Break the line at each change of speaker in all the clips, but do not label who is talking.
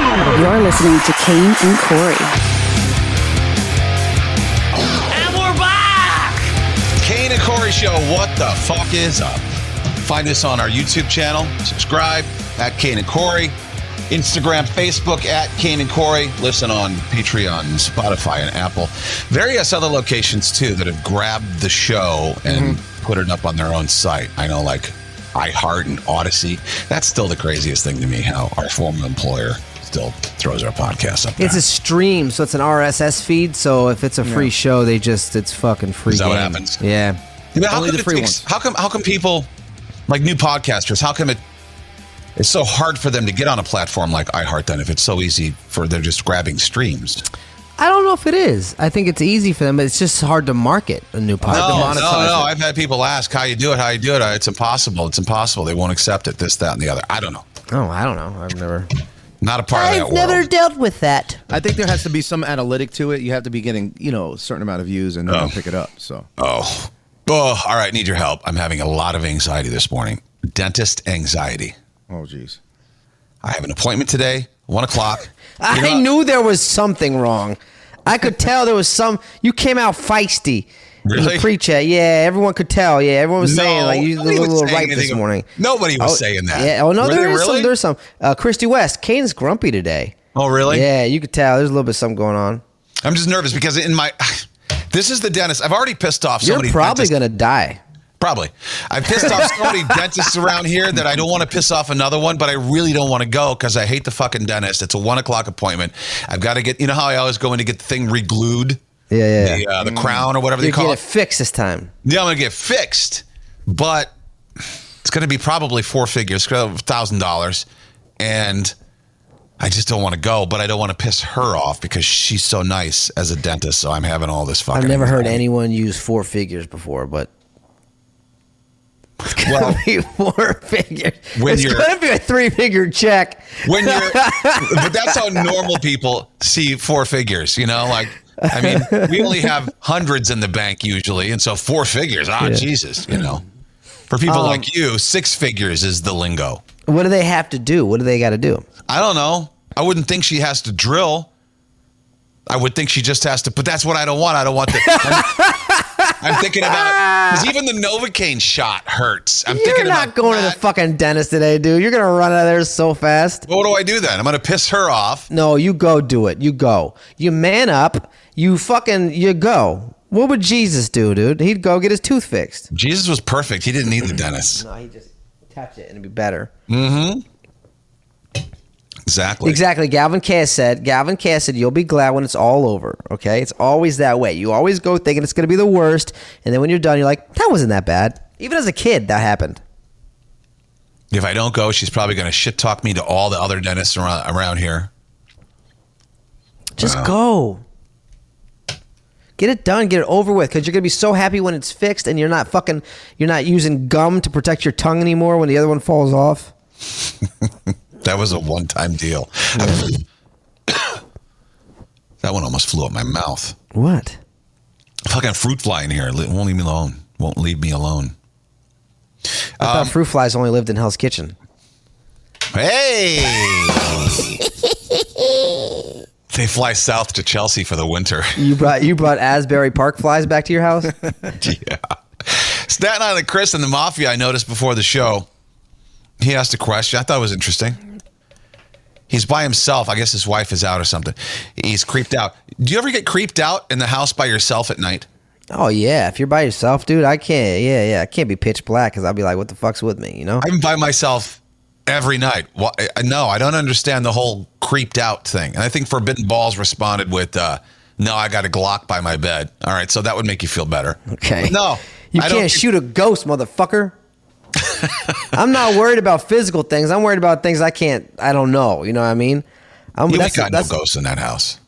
You're listening to Kane and Corey.
And we're back!
Kane and Corey Show. What the fuck is up? Find us on our YouTube channel. Subscribe at Kane and Corey. Instagram, Facebook at Kane and Corey. Listen on Patreon, and Spotify, and Apple. Various other locations too that have grabbed the show and put it up on their own site. I know, like iHeart and Odyssey. That's still the craziest thing to me. How our former employer still throws our podcast up. There.
It's a stream, so it's an RSS feed. So if it's a free show, they just it's fucking free.
Is that what
game.
happens?
Yeah.
You know, how
Only
come
the
it
free
takes-
ones.
How come? How come people like new podcasters? How come it it's so hard for them to get on a platform like iHeart? Then, if it's so easy for they're just grabbing streams.
I don't know if it is. I think it's easy for them, but it's just hard to market a new
No,
podcast.
no, no. I've had people ask how you do it, how you do it. It's impossible. It's impossible. They won't accept it. This, that, and the other. I don't know.
Oh, I don't know. I've never.
Not a part of that world.
dealt with that.
I think there has to be some analytic to it. You have to be getting, you know, a certain amount of views and then
Oh.
they'll pick it up. So
oh, oh. All right. Need your help. I'm having a lot of anxiety this morning. Dentist anxiety.
oh jeez.
I have an appointment today, one o'clock.
I
know-
knew there was something wrong. I could tell there was some. You came out feisty. in the
Really?
pre-chat. Yeah, everyone could tell. Yeah, everyone was saying like you
nobody
look a
was
little
saying
ripe this
anything-
morning.
Nobody was saying that.
Yeah. Oh no,
Were
there
they
is
really?
some. There's some. Uh, Christy West. Kane's grumpy today.
Oh, really?
Yeah, you could tell. There's a little bit of something going on.
I'm just nervous because in my this is the dentist. I've already pissed off so
You're
many
probably
dentists.
gonna die.
probably. I've pissed off so many dentists around here that I don't want to piss off another one, but I really don't want to go because I hate the fucking dentist. It's a one o'clock appointment. I've got to get you know how I always go in to get the thing reglued?
Yeah, yeah. Mm.
The, uh, the crown or whatever
you
they call
get
it.
it fixed this time.
Yeah, I'm gonna get fixed, but it's gonna be probably four figures, thousand dollars, and I just don't want to go. But I don't want to piss her off because she's so nice as a dentist. So I'm having all this fucking.
I've never heard anyone use four figures before, but it's gonna
Well,
be four figures.
when
it's
you're-
gonna be a three-figure check.
when you're, but that's how normal people see four figures. You know, like I mean, we only have hundreds in the bank usually, and so four figures. Ah, Jesus, you know. For people
Um,
like you, six figures is the lingo.
What do they have to do? What do they got to do?
I don't know. I wouldn't think she has to drill. I would think she just has to, but that's what I don't want. I don't want the. I'm, I'm thinking about because even the Novocaine shot hurts. I'm
You're
thinking
not
about
going
that.
to the fucking dentist today, dude. You're gonna run out of there so fast.
Well, what do I do then? I'm going to piss her off.
No, you go do it. You go. You man up. You fucking you go. What would Jesus do, dude? He'd go get his tooth fixed.
Jesus was perfect. He didn't need the dentist.
No, he just tapped it and it'd be better.
Exactly.
Exactly. Galvin Cass said, Galvin Cass said, you'll be glad when it's all over. Okay. It's always that way. You always go thinking it's going to be the worst. And then when you're done, you're like, that wasn't that bad. Even as a kid, that happened.
If I don't go, she's probably going to shit talk me to all the other dentists around, around here.
Just go. Get it done. Get it over with. Because you're going to be so happy when it's fixed and you're not fucking, you're not using gum to protect your tongue anymore when the other one falls off.
That was a one time deal. that one almost flew up my mouth.
What?
fucking fruit fly in here. Li- Won't leave me alone. Won't leave me alone.
I thought fruit flies only lived in Hell's Kitchen.
Hey. they fly south to Chelsea for the winter.
You brought you brought Asbury Park flies back to your house.
yeah. Staten Island Chris and the Mafia, I noticed before the show, he asked a question I thought it was interesting. He's by himself. I guess his wife is out or something. He's creeped out. Do you ever get creeped out in the house by yourself at night?
Oh yeah, if you're by yourself, dude, I can't. Yeah, yeah, I can't be pitch black because I'll be like, "What the fuck's with me?" You know?
I'm by myself every night. Why, I- no, I don't understand the whole creeped out thing. And I think Forbidden Balls responded with, uh, "No, I got a Glock by my bed." All right, so that would make you feel better.
okay.
No,
you
I don't-
can't shoot a ghost, motherfucker. I'm not worried about physical things. I'm worried about things I can't. I don't know. You know what I mean? I'm,
You ain't
that's,
got no
that's,
ghosts in that house.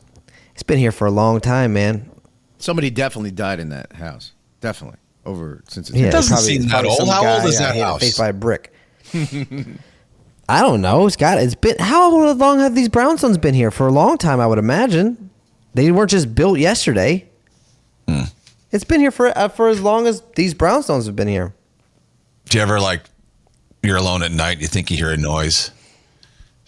it's been here for a long time, man.
Somebody definitely died in that house. Definitely. Over since it's
Yeah,
doesn't
probably-
seem
it's
that
probably
old.
some
How
guy,
old is
yeah,
that
hit in the
house?
Face by a brick. I don't know. It's got. It's been. How long have these brownstones been here? For a long time, I would imagine. They weren't just built yesterday.
Hmm.
It's been here for uh, for as long as these brownstones have been here.
Do you ever like you're alone at night? You think you hear a noise?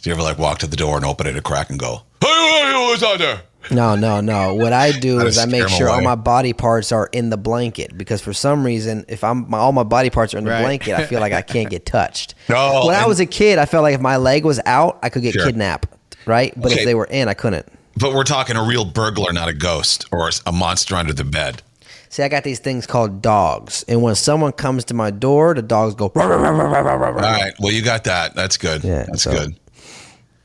Do you ever like walk to the door and open it a crack and go, "Hey, hey, hey, what's out there?"
No, no, no. What I do
Gotta
is I
scare
make
'em
sure all
away.
my body parts are in the blanket because for some reason, if I'm my, all my body parts are in the
Right.
blanket, I feel like I can't get touched.
No,
when I
and-
was a kid, I felt like if my leg was out, I could get
Sure.
kidnapped, right? But
Okay.
if they were in, I couldn't.
But we're talking a real burglar, not a ghost or a monster under the bed.
See, I got these things called dogs, and when someone comes to my door, the dogs go. "Rah, rah, rah, rah, rah, rah, rah, rah."
All right. Well, you got that. That's good.
Yeah,
That's
so-
good.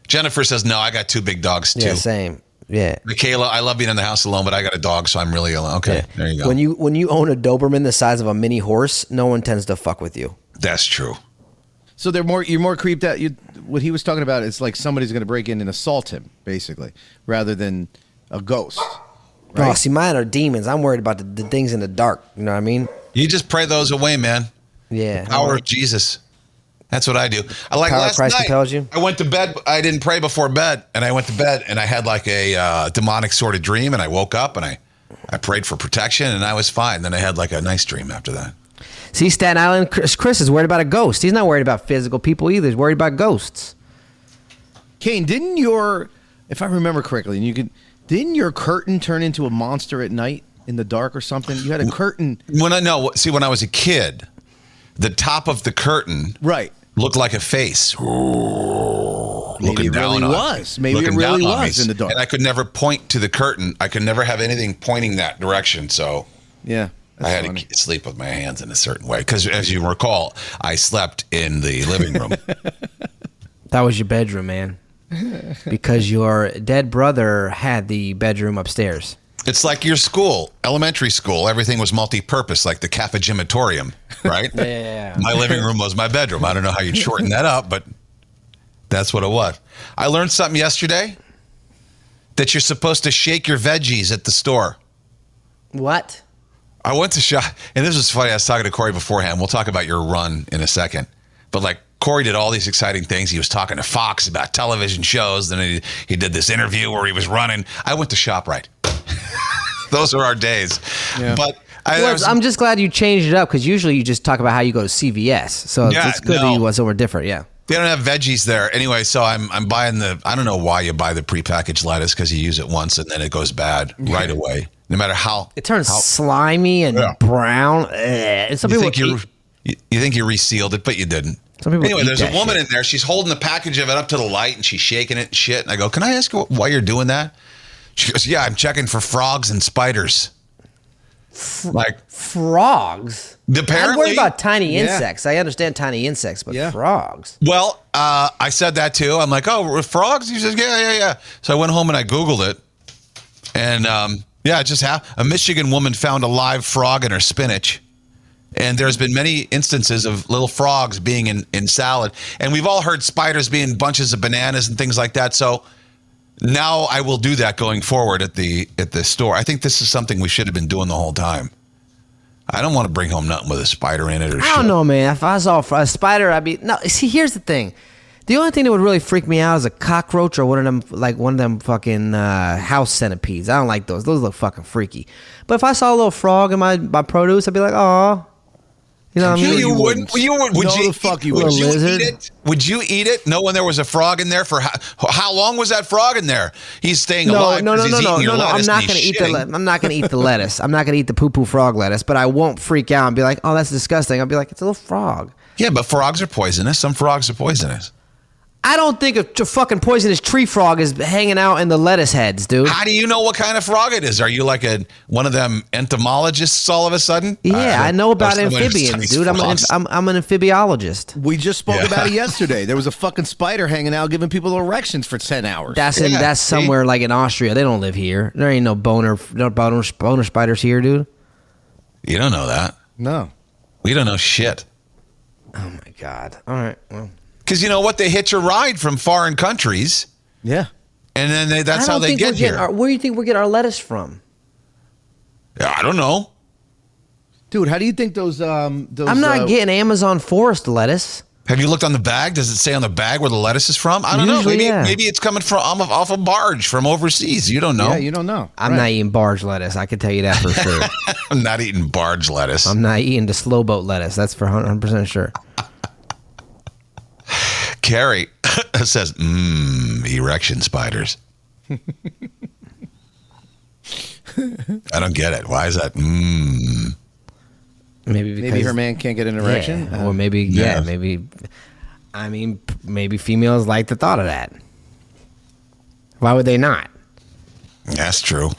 Jennifer says, "No, I got two big dogs too."
Yeah, same. Yeah.
Michaela, I love being in the house alone, but I got a dog, so I'm really alone. Okay,
Yeah.
there you go.
When you when you own a Doberman the size of a mini horse, no one tends to fuck with you.
That's true.
So they're more you're more creeped out. You what he was talking about is like somebody's going to break in and assault him, basically, rather than a ghost.
Oh, see, mine are demons. I'm worried about the, the things in the dark. You know what I mean?
You just pray those away, man.
Yeah.
Power of Jesus. That's what I do. I like
Power of
last
Christ
night.
compels you?
I went to bed. I didn't pray before bed, and I went to bed, and I had like a uh, demonic sort of dream, and I woke up, and I, I prayed for protection, and I was fine. Then I had like a nice dream after that.
See, Staten Island, Chris, Chris is worried about a ghost. He's not worried about physical people either. He's worried about ghosts.
Kane, didn't your if I remember correctly, and you could didn't your curtain turn into a monster at night in the dark or something? You had a curtain,
When I no, see, when I was a kid, the top of the curtain
right?
looked like a face.
Maybe
looking
it really
down on me,
was. Maybe it
looking
really
down on me.
was in the dark.
And I could never point to the curtain. I could never have anything pointing that direction. So
yeah,
I had
that's funny.
to sleep with my hands in a certain way. Because as you recall, I slept in the living room.
That was your bedroom, man. because your dead brother had the bedroom upstairs.
it's like your school, elementary school. Everything was multi-purpose, like the cafegimatorium, right?
Yeah.
My living room was my bedroom. I don't know how you'd shorten that up, but that's what it was. I learned something yesterday that you're supposed to shake your veggies at the store.
What?
I went to shop, and this was funny. I was talking to Corey beforehand. We'll talk about your run in a second. But like Corey did all these exciting things. He was talking to Fox about television shows. Then he, he did this interview where he was running. I went to ShopRite. Those are our days. But I, there
Well,
was-
I'm just glad you changed it up because usually you just talk about how you go to CVS. So it's-
Yeah,
it's good
no.
that you went somewhere different. Yeah.
they don't have veggies there anyway. So I'm I'm buying the. I don't know why you buy the prepackaged lettuce because you use it once and then it goes bad right away. No matter how
It turns
how,
slimy and
Yeah.
brown. Ugh. And some
you
people
think you
eat-
you you think you resealed it, but you didn't.
Some people
anyway,
eat
there's a
that
woman
shit.
in there. She's holding the package of it up to the light and she's shaking it and shit. And I go, "Can I ask you why you're doing that?" She goes, "Yeah, I'm checking for frogs and spiders." Like
frogs. I'm
Apparently-
worried about tiny
Yeah.
insects. I understand tiny insects, but
Yeah.
frogs.
Well, uh, I said that too. I'm like, oh, with frogs? He says, yeah, yeah, yeah. So I went home and I Googled it. And um, yeah, it just happened. A Michigan woman found a live frog in her spinach. And there's been many instances of little frogs being in, in salad. And we've all heard spiders being bunches of bananas and things like that. So now I will do that going forward at the at the store. I think this is something we should have been doing the whole time. I don't want to bring home nothing with a spider in it or
I
shit.
don't know, man. If I saw a spider, I'd be no. See, here's the thing. The only thing that would really freak me out is a cockroach or one of them, like one of them fucking uh, house centipedes. I don't like those. Those look fucking freaky. But if I saw a little frog in my, my produce, I'd be like, oh, you know what
No,
I mean?
sure
you
you
wouldn't.
wouldn't.
You would. Would
No,
you?
the fuck you
would
wouldn't.
you
Lizard.
eat it? Would you eat it? Knowing there was a frog in there for how, how long was that frog in there? He's staying
No,
alive.
no,
'cause
no,
he's
no, no,
eating your
no, no. I'm
lettuce
not
and
gonna
he's
eat the.
shitting.
Le- I'm not gonna eat the lettuce. I'm not gonna eat the poo poo frog lettuce. But I won't freak out and be like, oh, that's disgusting. I'll be like, it's a little frog.
Yeah, but frogs are poisonous. Some frogs are poisonous.
I don't think a t- fucking poisonous tree frog is hanging out in the lettuce heads, dude.
How do you know what kind of frog it is? Are you like a one of them entomologists all of a sudden?
Yeah,
Uh,
I know
or
about
someone who
amphibians,
studies
dude. I'm an,
frogs.
I'm, I'm an amphibiologist.
We just spoke
Yeah.
about it yesterday. There was a fucking spider hanging out giving people erections for 10 hours.
That's in
Yeah,
that's
see?
somewhere like in Austria. They don't live here. There ain't no boner no boner boner spiders here, dude.
you don't know that.
no.
We don't know shit.
Oh my god. All right. Well,
Because you know what? They hitch a ride from foreign countries,
Yeah.
and then they, that's how they
we're
get
getting
here.
Our, where do you think we're getting our lettuce from?
Yeah, I don't know.
Dude, how do you think those um those
I'm not
uh,
getting Amazon forest lettuce.
Have you looked on the bag? Does it say on the bag where the lettuce is from? I don't know.
Usually,
Maybe
yeah.
maybe it's coming from off of- off a barge from overseas. You don't know.
Yeah, you don't know.
I'm not eating barge lettuce. I can tell you that for sure.
I'm not eating barge lettuce.
Um,
I'm not eating the slow boat lettuce. That's for 100 percent sure.
Carrie, It says, mmm, erection spiders. I don't get it. Why is that? Mmm.
Maybe because
Maybe her man can't get an erection.
Yeah, or maybe yeah,
yeah.
maybe. I mean, p- maybe females like the thought of that. Why would they not?
That's true.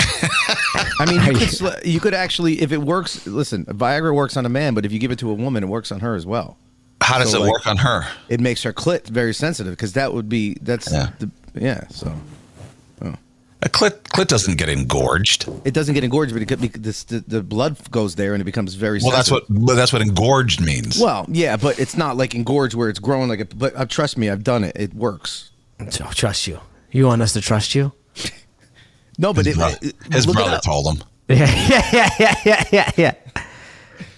I mean, you could, sl- you could actually, if it works, listen, Viagra works on a man, but if you give it to a woman, it works on her as well.
How does
So,
it
like-
work on her?
It makes her clit very sensitive because that would be that's
Yeah.
the yeah. So
A clit, clit Uh, doesn't get engorged.
it doesn't get engorged, but it could be this, the, the blood goes there and it becomes very.
Well, that's what
sensitive.
well, that's what engorged means.
Well, yeah, but it's not like engorge where it's growing like a. But uh, trust me, I've done it. It works.
So trust you. You want us to trust you?
No, but
his,
it,
brother,
it-
his
look it
brother
up.
told him.
Yeah, yeah, yeah, yeah, yeah, yeah, yeah.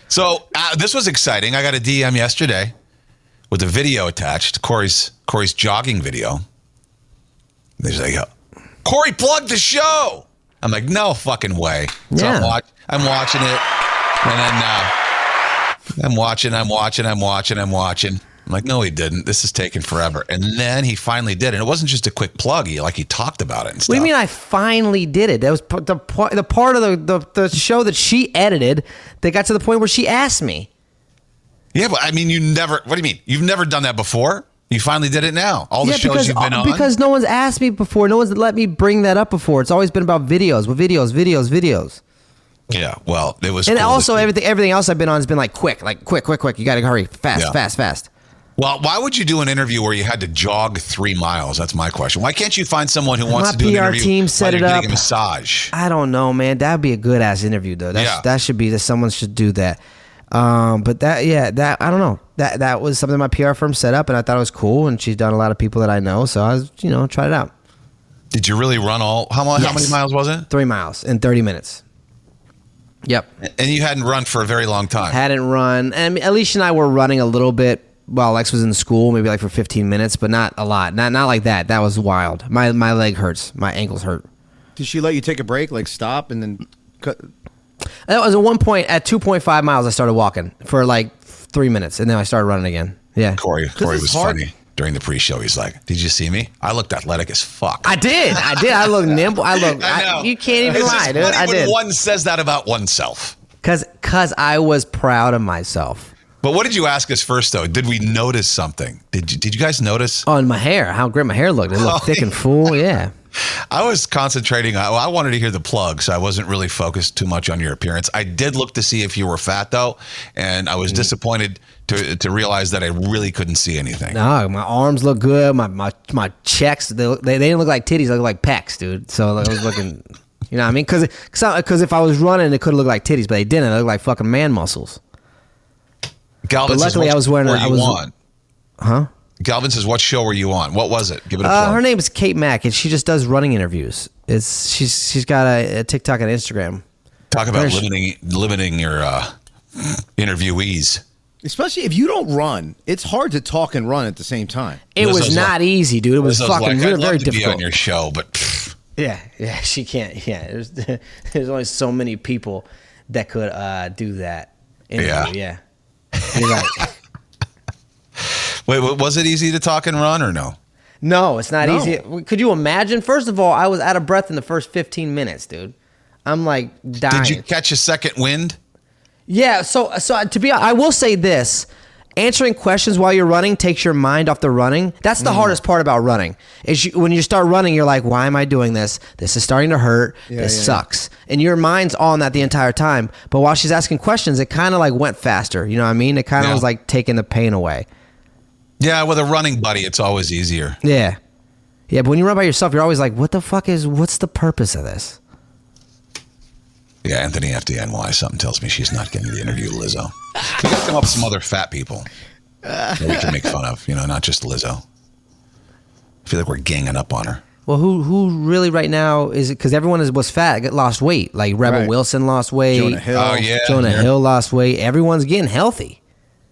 So uh, this was exciting. I got a DM yesterday with a video attached. Corey's Corey's jogging video. There's like, Corey plugged the show. I'm like, no fucking way. So I'm,
Yeah.
watch- I'm watching it, and then uh, I'm watching, I'm watching, I'm watching, I'm watching. I'm like, no, he didn't. This is taking forever. And then he finally did, and it wasn't just a quick plug. He like he talked about it and stuff.
What do you mean? I finally did it. That was p- the po- the part of the, the the show that she edited. They got to the point where she asked me.
Yeah, but I mean, you never. What do you mean? You've never done that before. You finally did it now. All the shows
because,
you've been
uh,
on.
because no one's asked me before. No one's let me bring that up before. It's always been about videos, well, videos, videos, videos.
yeah. Well, it was.
And
cool to
also
see.
everything everything else I've been on has been like quick, like quick, quick, quick. You got to hurry, fast,
Yeah.
fast, fast.
Well, why would you do an interview where you had to jog three miles? That's my question. Why can't you find someone who wants
My
to do an
PR
interview
team
while
set
you're
it
getting
up.
a massage?
I don't know, man. That'd be a good ass interview though. That's,
Yeah.
That should be that someone should do that. Um, but that yeah, that I don't know. That that was something my PR firm set up, and I thought it was cool. And she's done a lot of people that I know, so I was you know tried it out.
Did you really run all? How, mo- how
Yes.
many miles was it?
Three miles in thirty minutes. Yep.
And you hadn't run for a very long time.
hadn't run. And Alicia and I were running a little bit while Lex was in school, maybe like for 15 minutes, but not a lot. Not not like that. That was wild. My my leg hurts. My ankles hurt.
Did she let you take a break, like stop and then cut?
That was at one point at 2.5 miles. I started walking for like three minutes, and then I started running again. Yeah,
Corey, Corey
it's
was
hard.
funny during the pre-show. He's like, "Did you see me? I looked athletic as fuck."
I did. I did. I look nimble. I look. I
know.
you can't even
It's just
lie, dude.
funny
I
when
did.
One says that about oneself.
Cause, cause I was proud of myself
But what did you ask us first, though? Did we notice something? Did you, did you guys notice?
on my hair. How great my hair looked. It looked
Oh,
thick and full. Yeah.
I was concentrating. I, well, I wanted to hear the plug, so I wasn't really focused too much on your appearance. I did look to see if you were fat, though, and I was
Mm.
disappointed to to realize that I really couldn't see anything.
No, my arms look good. My my my checks they they, they didn't look like titties. They look like pecs, dude. So I was looking, you know what I mean? Because because if I was running, it could look like titties, but they didn't. They looked like fucking man muscles.
Galvin
But
says,
luckily
what
I was wearing
were
a- I
you
was-
on?
Huh?
Galvin says, "What show were you on? What was it? Give it a
Uh,
plug."
her name is Kate Mack, and she just does running interviews. It's she's she's got a, a TikTok and Instagram.
Talk about
there's-
limiting limiting your uh, interviewees.
Especially if you don't run, it's hard to talk and run at the same time.
It
This
was,
is like-
not easy, dude. It was
So I
fucking
like,
really,
I'd love
very
to be
difficult.
on your show, but pfft,
Yeah, yeah, she can't. Yeah, there's there's only so many people that could uh, do that.
Yeah.
Interview, yeah. You're right.
wait, wa- was it easy to talk and run or no?
No, it's not
No.
easy. Could you imagine? First of all, I was out of breath in the first 15 minutes, dude. I'm like dying.
Did you catch a second wind?
yeah, so so uh, to be I will say this, answering questions while you're running takes your mind off the running. That's
Mm.
the hardest part about running. Is you, when you start running, you're like, "Why am I doing this? This is starting to hurt. this
yeah, yeah.
sucks." And your mind's on that the entire time. But while she's asking questions, it kind of like went faster, you know what I mean? It kind of
Yeah.
was like taking the pain away.
Yeah, with a running buddy, it's always easier.
Yeah. Yeah, but when you run by yourself, you're always like, "What the fuck is what's the purpose of this?"
Yeah, Anthony FDNY. Something tells me she's not getting the interview, Lizzo. We got to come up with some other fat people that we can make fun of. You know, not just Lizzo. I feel like we're ganging up on her.
Well, who who really right now is it? Because everyone is was fat, got- lost weight. Like Rebel
Right.
Wilson lost weight.
Jonah Hill.
Oh, yeah.
Jonah
Yeah.
Hill lost weight. Everyone's getting healthy.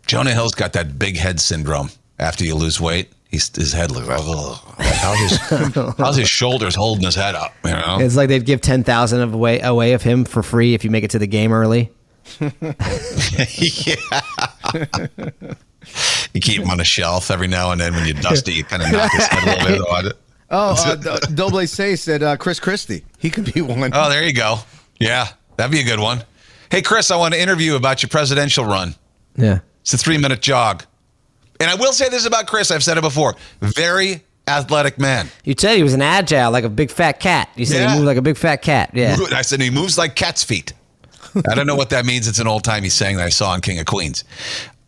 Jonah Hill's got that big head syndrome. After you lose weight, he's, his head looks. Ugh. How's his, how's his shoulders holding his head up? You know.
It's like they'd give ten thousand of away away of him for free if you make it to the game early.
yeah. You keep him on a shelf every now and then when you dust it, you kind of knock his head a little bit on it.
Oh, uh, Do- Doble Say said uh, Chris Christie. He could be one.
Oh, there you go. Yeah, that'd be a good one. Hey, Chris, I want to interview you about your presidential run.
Yeah.
It's a three minute jog. And I will say this about Chris, I've said it before very athletic man.
You said he was an agile, like a big fat cat. You said
Yeah.
he moved like a big fat cat. Yeah.
And I said, he moves like cat's feet. I don't know what that means. It's an old timey saying that I saw on King of Queens.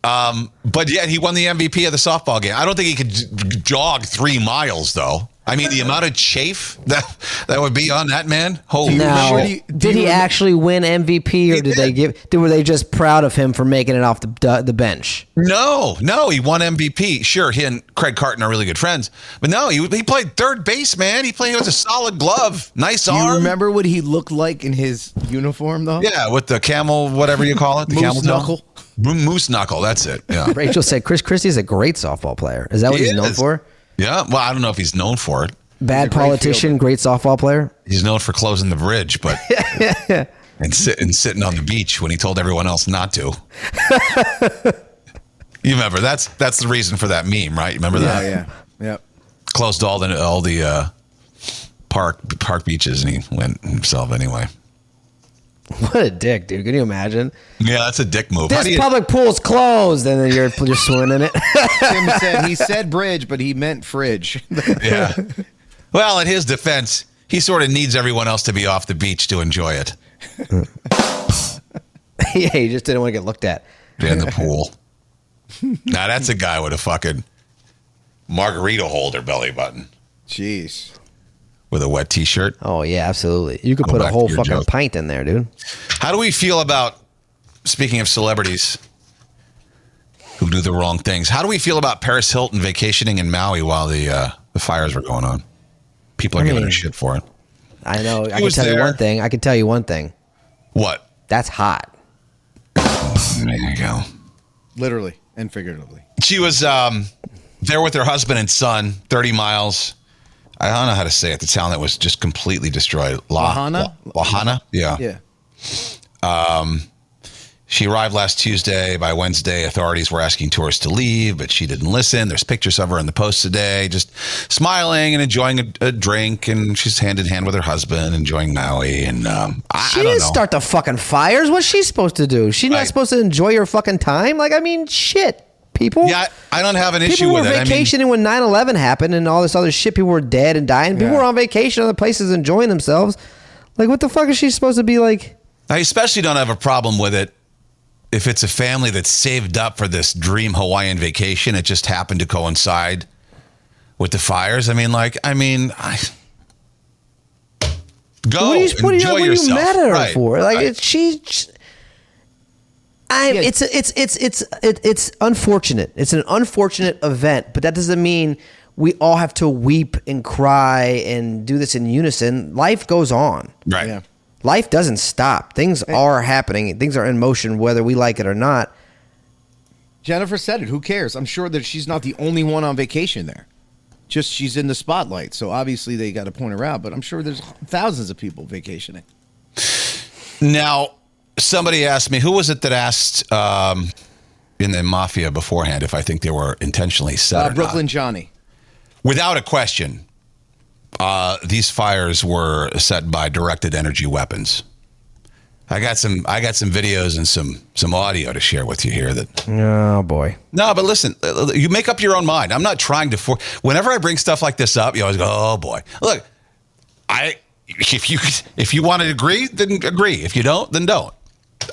Um, but yet he won the MVP of the softball game. I don't think he could j- j- jog three miles, though. I mean, the amount of chafe that that would be on that man. Holy
Now,
shit.
remember- do you- do
did
you
he
remember-
actually win MVP, or
He
did, they
did.
give? Did, were they just proud of him for making it off the du- the bench?
No, no, he won MVP. Sure, he and Craig Carton are really good friends, but no, he, he played third base, man. He played. He was a solid glove, nice
Do
arm.
you remember what he looked like in his uniform, though?
Yeah, with the camel, whatever you call it, the
Moose
camel toe?
knuckle.
Mo- Moose knuckle. That's it. Yeah.
Rachel said Chris Christie's a great softball player. Is that what
He
he's known
is.
for?
Yeah. Well, I don't know if he's known for it.
Bad
great
politician, great softball player.
He's known for closing the bridge, but and, sit, and sitting on the beach when he told everyone else not to. you remember that's that's the reason for that meme, right? You remember
Yeah,
that?
Oh, yeah. Yep.
Closed all the all the uh, park park beaches, and he went himself anyway.
What a dick, dude! Can you imagine?
Yeah, that's a dick move. How do
This
you-
public pool's closed, and then you're you're swimming in it.
Tim said he said bridge, but he meant fridge.
yeah. Well, in his defense, he sort of needs everyone else to be off the beach to enjoy it.
yeah, he just didn't want to get looked at.
in the pool. now that's a guy with a fucking margarita holder belly button
Jeez.
with a wet t-shirt.
Oh yeah, absolutely. You could
Go
put a
back to
whole
your
fucking
joke.
pint in there, dude.
How do we feel about speaking of celebrities who do the wrong things? How do we feel about Paris Hilton vacationing in Maui while the uh, the fires were going on? People are giving her
mean-
shit for it.
I know. I can
was
tell you
there.
one thing. I can tell you one thing.
What?
That's hot.
There you go.
Literally and figuratively.
She was um, there with her husband and son, 30 miles. I don't know how to say it. The town that was just completely destroyed. La-
Lahana?
La- Lahana? Yeah.
Yeah.
She arrived last Tuesday. By Wednesday, authorities were asking tourists to leave, but she didn't listen. There's pictures of her in the post today, just smiling and enjoying a, a drink. And she's hand in hand with her husband, enjoying Maui. And um, I,
She
I don't
didn't
know.
start the fucking fires. What's she supposed to do? She
Right.
not supposed to enjoy her fucking time? Like, I mean, shit, people.
yeah, I, I don't have an issue
People were
with it. I mean,
vacationing when 9 11 happened and all this other shit. People were dead and dying. People
Yeah.
were on vacation, other places enjoying themselves. Like, what the fuck is she supposed to be like?
I especially don't have a problem with it if it's a family that's saved up for this dream Hawaiian vacation. It just happened to coincide with the fires. I mean, like, I mean, I. Go.
what are you,
Oh,
what are you,
enjoy
what are you
yourself.
mad at her
Right,
for? Like,
right.
it's she. she- I,
Yeah.
it's it's it's it's it, it's unfortunate. It's an unfortunate event, but that doesn't mean we all have to weep and cry and do this in unison. Life goes on.
Right.
Yeah.
life doesn't stop. Things are happening. Things are in motion, whether we like it or not.
Jennifer said it. Who cares? I'm sure that she's not the only one on vacation there. Just she's in the spotlight. So obviously they got to point her out, but I'm sure there's thousands of people vacationing.
Now, somebody asked me, who was it that asked um, in the mafia beforehand if I think they were intentionally set? or
Uh,
not?
Brooklyn Johnny.
Without a question, uh, these fires were set by directed energy weapons. I got some. I got some videos and some some audio to share with you here. That
Oh boy.
no, but listen, uh, you make up your own mind. I'm not trying to. For- Whenever I bring stuff like this up, you always go, "Oh boy, look, I." If you if you want to agree, then agree. If you don't, then don't.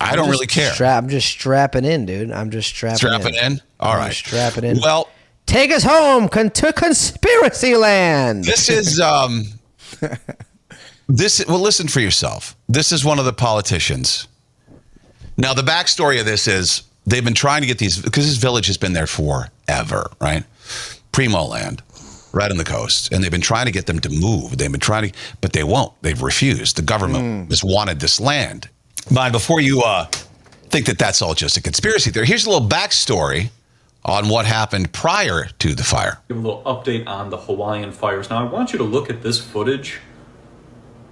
I don't really care.
Stra- I'm just strapping in, dude. I'm just strapping
Strapping in. All
I'm
right.
strapping in.
Well,
Take us home con- to conspiracy land.
this is um this well listen for yourself this is one of the politicians now the backstory of this is they've been trying to get these because this village has been there forever right primo land right on the coast and they've been trying to get them to move they've been trying to but they won't they've refused the government has wanted this land Mind before you uh think that that's all just a conspiracy theory here's a little backstory on what happened prior to the fire
give a little update on the Hawaiian fires. Now, I want you to look at this footage,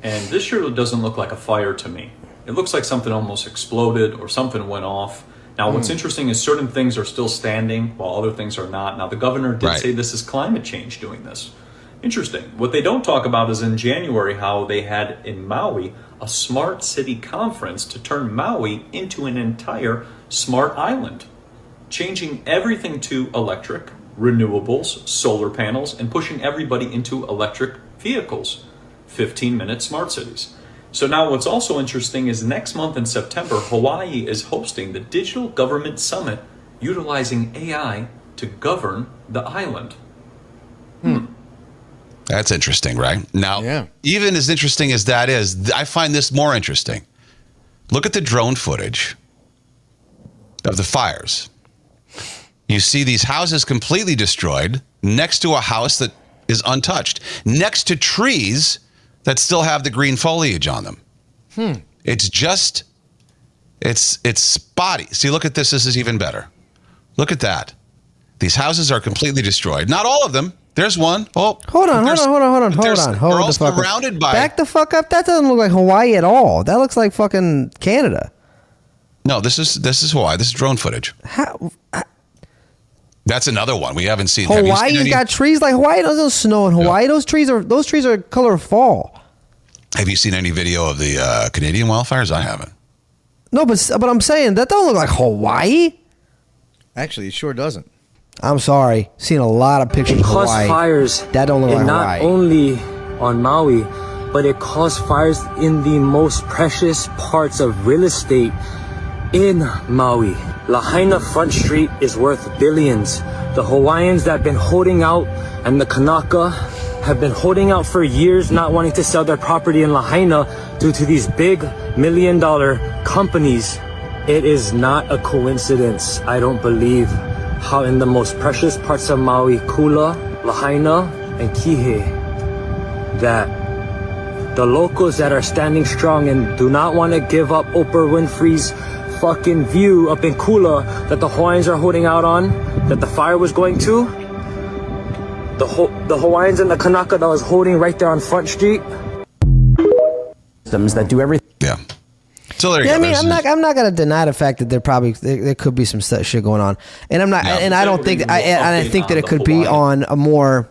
and this sure doesn't look like a fire to me. It looks like something almost exploded or something went off. Now, what's interesting is certain things are still standing while other things are not. Now, the governor did
Right.
say this is climate change doing this. Interesting. What they don't talk about is in January how they had in Maui a smart city conference to turn Maui into an entire smart island, changing everything to electric, renewables, solar panels, and pushing everybody into electric vehicles. 15 minute smart cities. So now what's also interesting is next month in September, Hawaii is hosting the Digital Government Summit utilizing AI to govern the island.
That's interesting, right? Now,
Yeah.
even as interesting as that is, th- I find this more interesting. Look at the drone footage of the fires. You see these houses completely destroyed next to a house that is untouched, next to trees that still have the green foliage on them. It's just it's it's spotty. See, look at this. This is even better. Look at that. These houses are completely destroyed. Not all of them. There's one. Oh,
Hold on,
there's-
hold on, hold on, hold on, hold
there's-
on. Hold
they're all
the fuck up.
surrounded by.
Back the fuck up. That doesn't look like Hawaii at all. That looks like fucking Canada.
no, this is this is Hawaii. This is drone footage.
How,
That's another one we haven't seen. Have you seen
Hawaii's
any-
got trees like Hawaii doesn't snow in Hawaii. Those trees are those trees are color of fall.
Have you seen any video of the uh, Canadian wildfires? I haven't.
No, but s- but I'm saying that don't look like Hawaii.
Actually, it sure doesn't.
I'm sorry. Seen a lot of pictures of
caused
Hawaii.
fires
That don't look like
and not
Hawaii.
only on Maui, but it caused fires in the most precious parts of real estate in Maui. Lahaina Front Street is worth billions. The Hawaiians that have been holding out and the Kanaka have been holding out for years not wanting to sell their property in Lahaina due to these big million dollar companies. It is not a coincidence. I don't believe how in the most precious parts of Maui, Kula, Lahaina, and Kihei, that the locals that are standing strong and do not want to give up Oprah Winfrey's fucking view up in Kula that the Hawaiians are holding out on, that the fire was going to. The, Ho- the Hawaiians and the Kanaka that was holding right there on Front Street.
systems that do everything.
Yeah. So there you
Yeah, I
go.
mean,
There's-
I'm not. I'm not gonna deny the fact that there probably there, there could be some stu- shit going on, and I'm not.
Yeah.
and I don't think. I, I, I think that it could be
Update on
on a more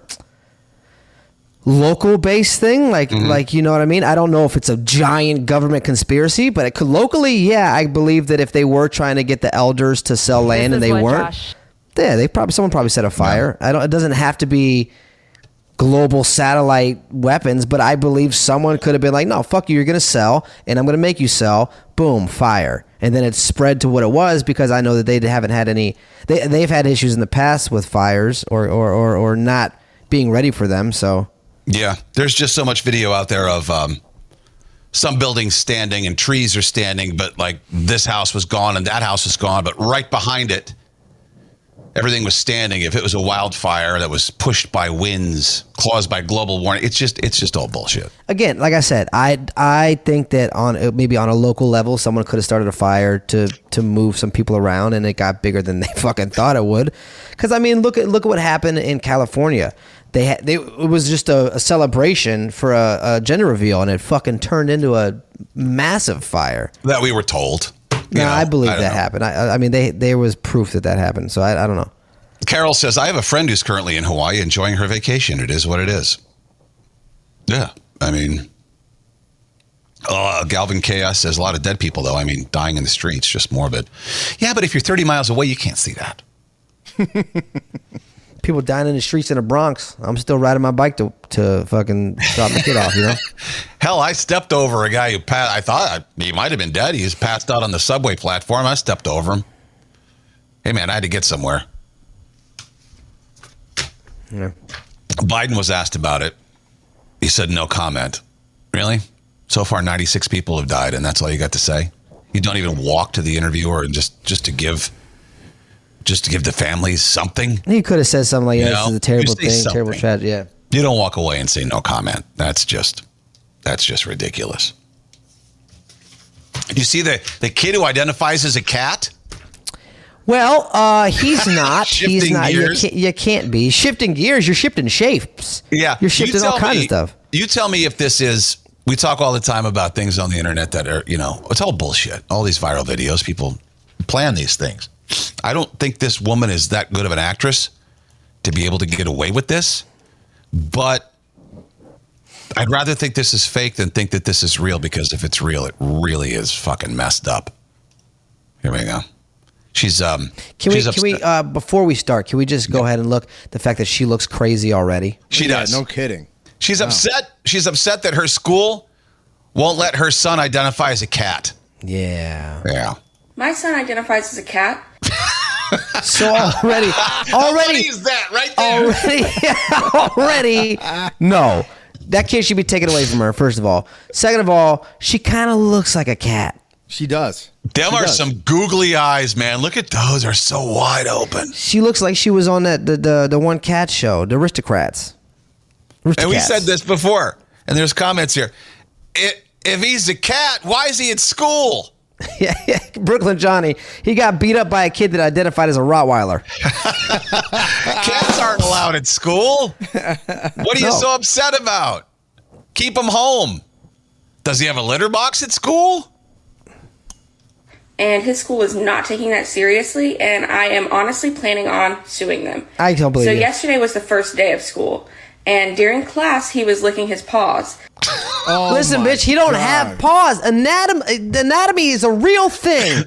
local based thing, like
Mm-hmm.
like you know what I mean. I don't know if it's a giant government conspiracy, but it could locally. Yeah, I believe that if they were trying to get the elders to sell land and
is
they
what
weren't,
Josh-
yeah, they probably someone probably set a fire. I don't. It doesn't have to be global satellite weapons, but I believe someone could have been like, no, fuck you, you're gonna sell, and I'm gonna make you sell. Boom, fire, and then it spread to what it was because I know that they haven't had any. They they've had issues in the past with fires or or or, or not being ready for them. So
Yeah, there's just so much video out there of um, some buildings standing and trees are standing, but like this house was gone and that house was gone, but right behind it, everything was standing. If it was a wildfire that was pushed by winds caused by global warming, it's just it's just all bullshit.
again, like I said, I I think that on uh, maybe on a local level, someone could have started a fire to to move some people around, and it got bigger than they fucking thought it would. Because I mean, look at look at what happened in California. They had they it was just a, a celebration for a, a gender reveal, and it fucking turned into a massive fire.
That we were told. You
No,
know,
I believe
don't
that
know.
happened. I, I- I mean, they there was proof that that happened. So I, I don't know.
Carol says, I have a friend who's currently in Hawaii enjoying her vacation. It is what it is. Yeah. I mean, uh, Galvin Chaos says a lot of dead people, though. I mean, dying in the streets, just morbid. Yeah, but if you're 30 miles away, you can't see that.
People dying in the streets in the Bronx. I'm still riding my bike to to fucking drop the kid off. You know.
Hell, I stepped over a guy who passed. I thought he might have been dead. He was passed out on the subway platform. I stepped over him. Hey, man, I had to get somewhere.
Yeah.
Biden was asked about it. He said no comment. Really? So far, 96 people have died, and that's all you got to say. You don't even walk to the interviewer and just just to give just to give the families something.
He could have said something like,
You
"Yeah,
know,
this is
you
a terrible
say
thing, terrible
something.
tragedy." Yeah,
You don't walk away and say no comment. That's just that's just ridiculous. You see the the kid who identifies as a cat?
Well, uh, he's not. he's
Shifting
not. You
gears.
can't, you can't be shifting gears. You're shifting shapes.
Yeah.
you're
You
shifting all
tell
kinds
me-
of stuff.
You tell me if this is. We talk all the time about things on the internet that are, you know, it's all bullshit. All these viral videos, people plan these things. I don't think this woman is that good of an actress to be able to get away with this, but I'd rather think this is fake than think that this is real because if it's real, it really is fucking messed up. Here we go. She's um.
Can we?
she's
Can we?
upsta-
Uh, before we start, can we just go ahead and look the fact that she looks crazy already?
she
Yeah,
does.
No kidding.
She's upset. She's upset that her school won't let her son identify as a cat.
Yeah.
Yeah.
My son identifies as a cat.
So already,
What
already,
is that right
Oh,
there?
already, already. No, that kid should be taken away from her. First of all. Second of all, she kind of looks like a cat.
She does.
Them
She
are
does.
some googly eyes, man. Look at those; are so wide open.
She looks like she was on that the the, the one cat show, the Aristocrats.
And we
Aristocats.
said this before. And there's comments here. If, if he's a cat, why is he at school?
Yeah, yeah, Brooklyn Johnny. He got beat up by a kid that identified as a Rottweiler.
Ah.
Cats aren't allowed at school. What are you so upset about? Keep him home. Does he have a litter box at school?
And his school is not taking that seriously, and I am honestly planning on suing them.
I don't believe
so
you.
yesterday was the first day of school, and during class he was licking his paws.
Oh
Listen,
my
bitch, he don't
God.
have paws. Anatomy, anatomy is a real thing.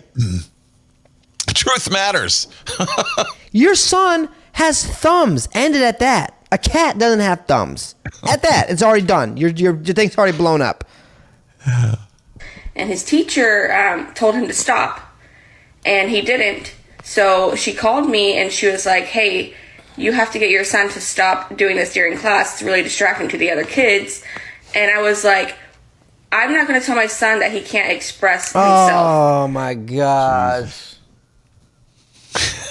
Truth matters.
Your son has thumbs. End it at that. A cat doesn't have thumbs. At that, it's already done. Your your, your thing's already blown up.
And his teacher um, told him to stop, and he didn't. So she called me and she was like, "Hey, you have to get your son to stop doing this during class. It's really distracting to the other kids." And I was like, "I'm not going to tell my son that he can't express himself."
Oh my god.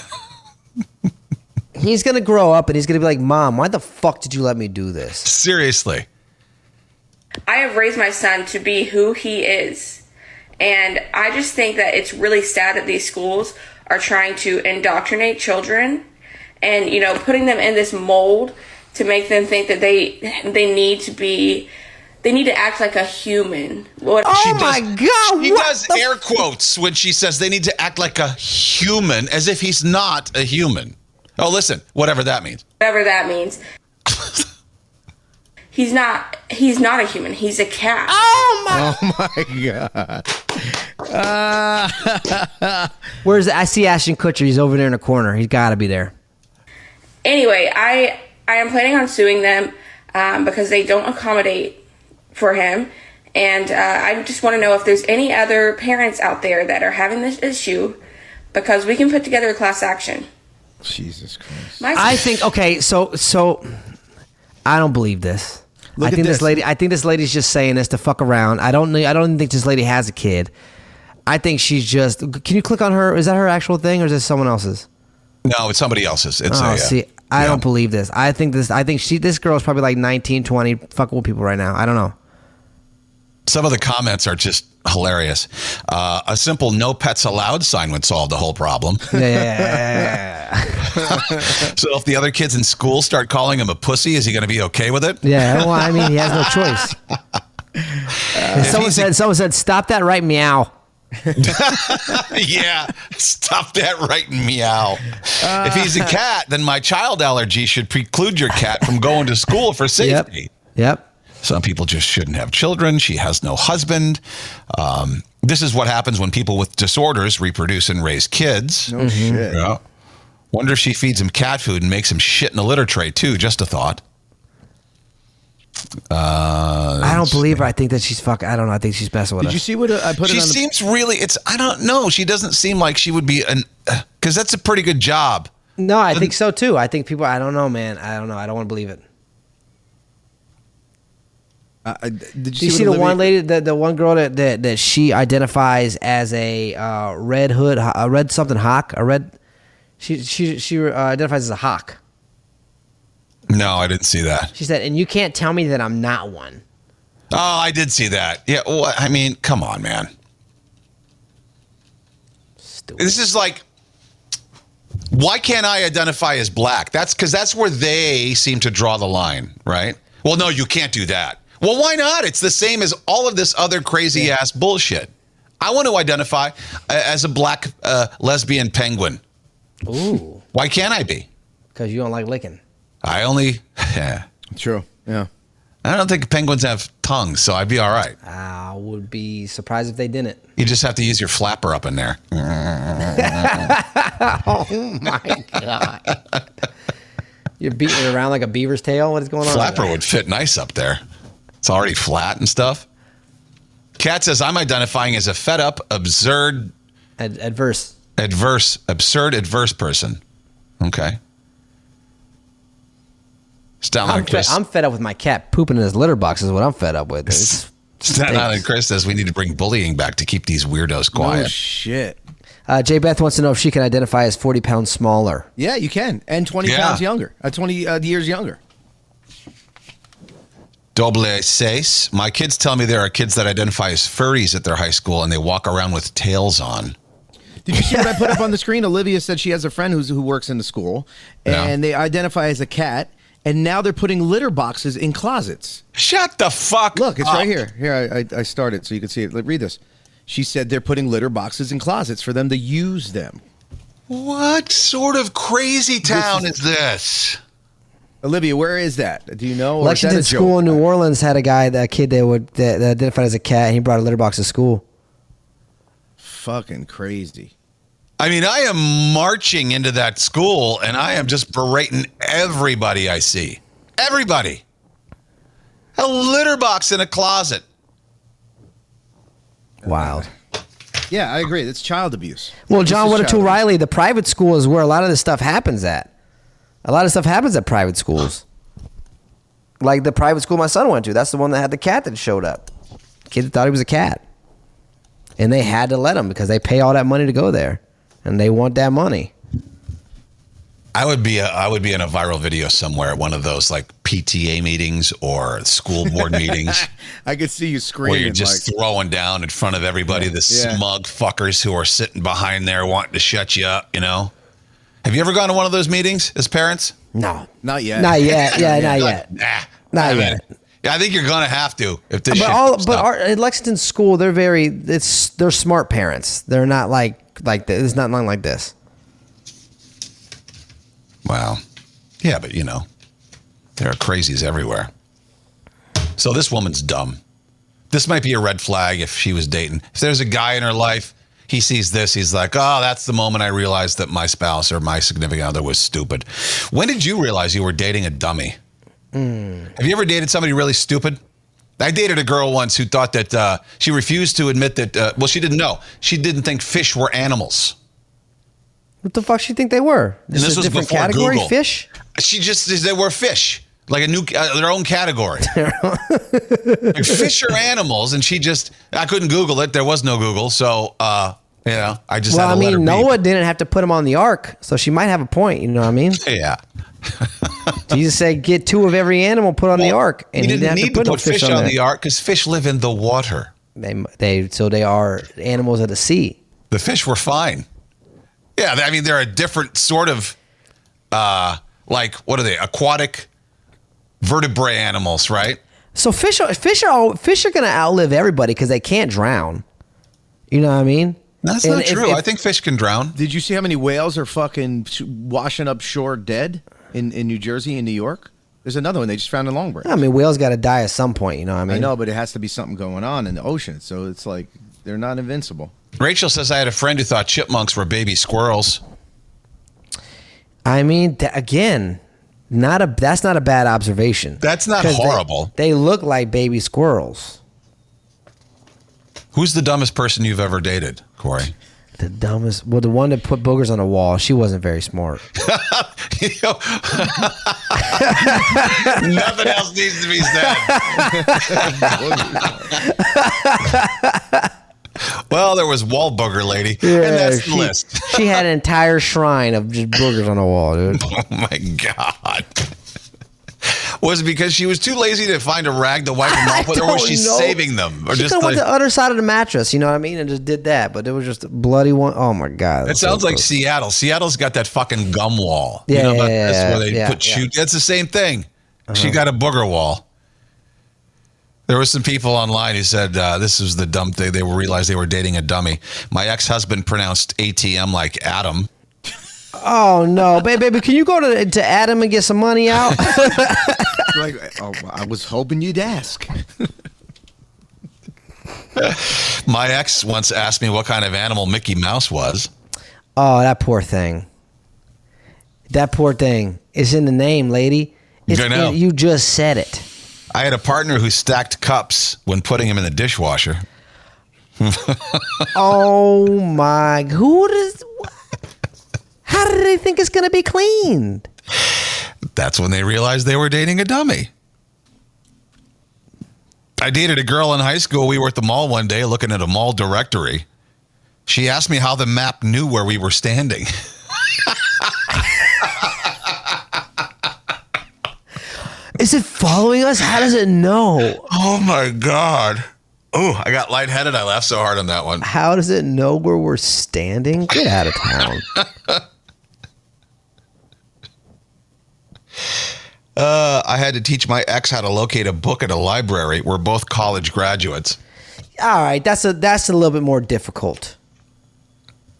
He's gonna grow up and he's gonna be like, "Mom, why the fuck did you let me do this?"
Seriously.
I have raised my son to be who he is. And I just think that it's really sad that these schools are trying to indoctrinate children and, you know, putting them in this mold to make them think that they they need to be they need to act like a human. What
Oh my god!
He
what
does
the
air quotes when she says they need to act like a human as if he's not a human. Oh, listen, whatever that means.
whatever that means. he's not he's not a human. He's a cat.
Oh
Oh
Where's I see Ashton Kutcher? He's over there in the corner. He's got to be there.
anyway, I I am planning on suing them um, because they don't accommodate for him, and uh, I just want to know if there's any other parents out there that are having this issue, because we can put together a class action.
Jesus Christ.
My
I think okay, so so I don't believe this. I
at
think this.
this.
lady. I think this lady's just saying this to fuck around. I don't. know- I don't think this lady has a kid. I think she's just. Can you click on her? Is that her actual thing, or is it someone else's?
No, it's somebody else's. It's
Oh,
a, uh,
see, I
yeah.
don't believe this. I think this. I think she. This girl's probably like 19, 20 fuckable people right now. I don't know.
Some of the comments are just hilarious. Uh, a simple "no pets allowed" sign would solve the whole problem.
Yeah, yeah, yeah, yeah,
so if the other kids in school start calling him a pussy, is he going to be okay with it?
yeah. Well, I mean, he has no choice. And someone
he's a-
said. Someone said, "Stop that right meow."
yeah, stop that right meow. if he's
Uh.
a cat, then my child allergy should preclude your cat from going to school for
Yep.
safety.
Yep.
Some people just shouldn't have children. She has no husband. Um, this is what happens when people with disorders reproduce and raise kids.
Oh, shit.
Yeah. Wonder if she feeds him cat food and makes him shit in the litter tray too. Just a thought. Uh,
I don't believe her. I think that she's fuck. I don't know. I think she's messing with
Did
us.
you see what uh, I put
she
it on the
seems really. It's I don't know. She doesn't seem like she would be an because that's a pretty good job.
No, I think so too. I think people. I don't know, man. I don't know. I don't want to believe it.
Uh, uh, did
Do you see,
what
the one
Olivia-
lady, the, the one girl that, that that she identifies as a uh, red hood, a red something hawk, a red. She she she uh, identifies as a hawk.
No, I didn't see that.
She said, and you can't tell me that I'm not one.
Oh, I did see that. Yeah. Well, I mean, come on, man.
Stupid.
This is like, why can't I identify as black? That's because that's where they seem to draw the line, right? Well, no, you can't do that. Well, why not? It's the same as all of this other crazy ass bullshit. I want to identify a- as a black uh, lesbian penguin.
Ooh,
Why can't I be?
because you don't like licking.
I only.
True. Yeah.
I don't think penguins have tongues, so I'd be all right.
I would be surprised if they didn't.
You just have to use your flapper up in there.
You're beating it around like a beaver's tail. What is going on?
Flapper would fit nice up there. It's already flat and stuff. Kat says, I'm identifying as a fed up, absurd,
Ad- adverse.
adverse, absurd, adverse person. Okay. Stout
I'm,
Island
fed,
Chris.
I'm fed up with my cat pooping in his litter box. Is what I'm fed up with. It's-
Staten Island Chris says, we need to bring bullying back to keep these weirdos
Oh
quiet.
shit.
Uh, Jay Beth wants to know if she can identify as 40 pounds smaller.
Yeah, you can, and twenty
Yeah.
pounds younger, uh, twenty uh, years younger.
Doble seis. My kids tell me there are kids that identify as furries at their high school and they walk around with tails on.
Did you see what I put up on the screen? Olivia said she has a friend who's, who works in the school,
Yeah.
and they identify as a cat, and now they're putting litter boxes in closets.
Shut the fuck
Look, it's
up.
Oh.
right here. Here, I, I, I started so you can see it. Let- Read this. She said they're putting litter boxes in closets for them to use them.
What sort of crazy town is this?
Olivia, where is that? Do you know? or is that
Lexington
a joke?
School in New Orleans had a guy, that kid that would that, that identified as a cat, and he brought a litter box to school.
Fucking crazy.
I mean, I am marching into that school and I am just berating everybody I see. Everybody. A litter box in a closet.
Wild.
Yeah, I agree. That's child abuse.
Well,
This
John
is child
Wintertool
abuse.
Riley, the private school is where a lot of this stuff happens at. A lot of stuff happens at private schools. Like the private school my son went to, that's the one that had the cat that showed up. Kid thought he was a cat. And they had to let him because they pay all that money to go there. And they want that money.
I would be a, I would be in a viral video somewhere at one of those like PTA meetings or school board meetings
I could see you
where
screaming.
you're just
like,
throwing down in front of everybody the
Yeah.
smug fuckers who are sitting behind there wanting to shut you up, you know? Have you ever gone to one of those meetings as parents?
No.
Not yet.
Not yet. Yeah, not yet.
Nah.
Not
I mean,
yet.
Yeah, I think you're gonna have to if this.
But
shit
all but
stops.
our, at Lexington School, they're very it's they're smart parents. They're not like like this. It's not nothing like this.
wow, yeah, but you know, there are crazies everywhere. So this woman's dumb. This might be a red flag if she was dating. If there's a guy in her life, he sees this, he's like, "Oh, that's the moment I realized that my spouse or my significant other was stupid." When did you realize you were dating a dummy? Have you ever dated somebody really stupid? I dated a girl once who thought that uh, she refused to admit that. Uh, well, she didn't know. She didn't think fish were animals.
What the fuck she think they were? Just
this
a
was
different
before
category
Google.
fish.
She just they were fish, like a new uh, their own category. like fish are animals, and she just I couldn't Google it. There was no Google, so uh, you know I just
Well,
had
I
to let her
mean,
be.
Noah didn't have to put him on the ark, so she might have a point. You know what I mean?
Yeah,
Jesus said, "Get two of every animal, put on the ark," and
he didn't,
have
need to put,
no
fish, on, the
there.
ark because fish live in the water.
They, they so they are animals of the sea.
The fish were fine. Yeah, I mean they're a different sort of uh, like what are they? Aquatic vertebrate animals, right?
So fish are fish are all, fish are gonna outlive everybody because they can't drown. You know what I mean?
That's
And
not
if-
true.
if-
I think fish can drown.
Did you see how many whales are fucking sh- washing up shore dead in, in New Jersey and New York? There's another one they just found in Long Branch.
I mean, whales got to die at some point. You know what I mean?
I know, but it has to be something going on in the ocean. So it's like they're not invincible.
Rachel says I had a friend who thought chipmunks were baby squirrels.
I mean, th- again, not a that's not a bad observation.
That's not
'Cause they-
horrible.
They, look like baby squirrels.
Who's the dumbest person you've ever dated, Corey?
The dumbest. Well, the one that put boogers on a wall. She wasn't very smart.
You know- Nothing else needs to be said. well, there was wall booger lady, and that's the
she,
list.
she had an entire shrine of just boogers on a wall, dude.
Oh my god. Was it because she was too lazy to find a rag to wipe them
I
off with, or was
don't
she
know.
saving them, or
she
just
could have
like
went to the other side of the mattress. You know what I mean? And just did that. But it was just a bloody one. Oh my god.
It
that's so
sounds like
gross.
Seattle. Seattle's got that fucking gum wall.
Yeah,
you know about
yeah,
this
yeah, Uh-huh.
where they
yeah,
put
yeah.
shoot. That's the same thing. She got a booger wall. There were some people online who said uh, this was the dumb thing. They realized they were dating a dummy. My ex husband pronounced ATM like Adam.
Oh no, baby, baby, can you go to to Adam and get some money out?
Like, oh, I was hoping you'd ask.
My ex once asked me what kind of animal Mickey Mouse was.
oh, that poor thing. That poor thing. It's in the name, lady. It's,
I know.
you just said it.
I had a partner who stacked cups when putting them in the dishwasher.
Oh my! Who does? How did they think it's gonna be cleaned?
That's when they realized they were dating a dummy. I dated a girl in high school. We were at the mall one day looking at a mall directory. She asked me how the map knew where we were standing.
Is it following us? How does it know?
Oh my God. Oh, I got lightheaded. I laughed so hard on that one.
How does it know where we're standing? Get out of town.
Uh, I had to teach my ex how to locate a book at a library. We're both college graduates.
All right, that's a that's a little bit more difficult.